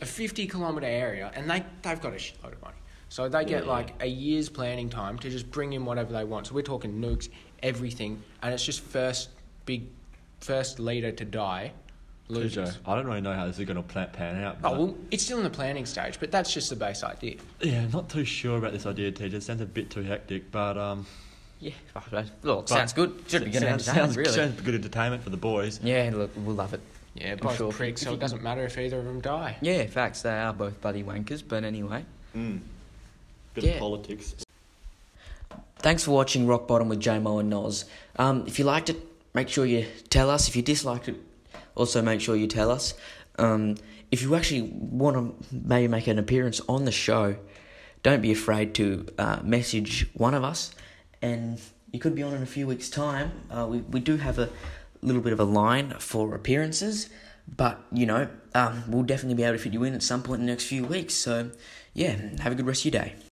Speaker 1: a fifty kilometer area, and they they've got a shitload of money. So they get
Speaker 2: Yeah.
Speaker 1: like a year's planning time to just bring in whatever they want. So we're talking nukes, everything, and it's just first big, first leader to die, loses.
Speaker 2: I don't really know how this is going to pan out.
Speaker 1: Oh, well, it's still in the planning stage, but that's just the base idea.
Speaker 2: yeah, I'm not too sure about this idea, TJ. It sounds a bit too hectic, but um,
Speaker 3: Yeah. Look, sounds good. Should be good
Speaker 2: sounds,
Speaker 3: entertainment,
Speaker 2: sounds,
Speaker 3: really.
Speaker 2: sounds good entertainment for the boys.
Speaker 3: Yeah, look, we'll love it.
Speaker 1: Yeah,
Speaker 3: I'm
Speaker 1: both
Speaker 3: sure.
Speaker 1: pricks, so it doesn't matter if either of them die.
Speaker 3: Yeah, facts. They are both bloody wankers, but anyway.
Speaker 2: Mm. Bit
Speaker 3: Yeah.
Speaker 2: of politics.
Speaker 5: Thanks for watching Rock Bottom with JMO and Noz. Um, if you liked it, make sure you tell us. If you disliked it, also make sure you tell us. Um, if you actually want to maybe make an appearance on the show, don't be afraid to uh, message one of us, and you could be on in a few weeks' time. Uh, we we do have a little bit of a line for appearances, but you know um, we'll definitely be able to fit you in at some point in the next few weeks. So yeah, have a good rest of your day.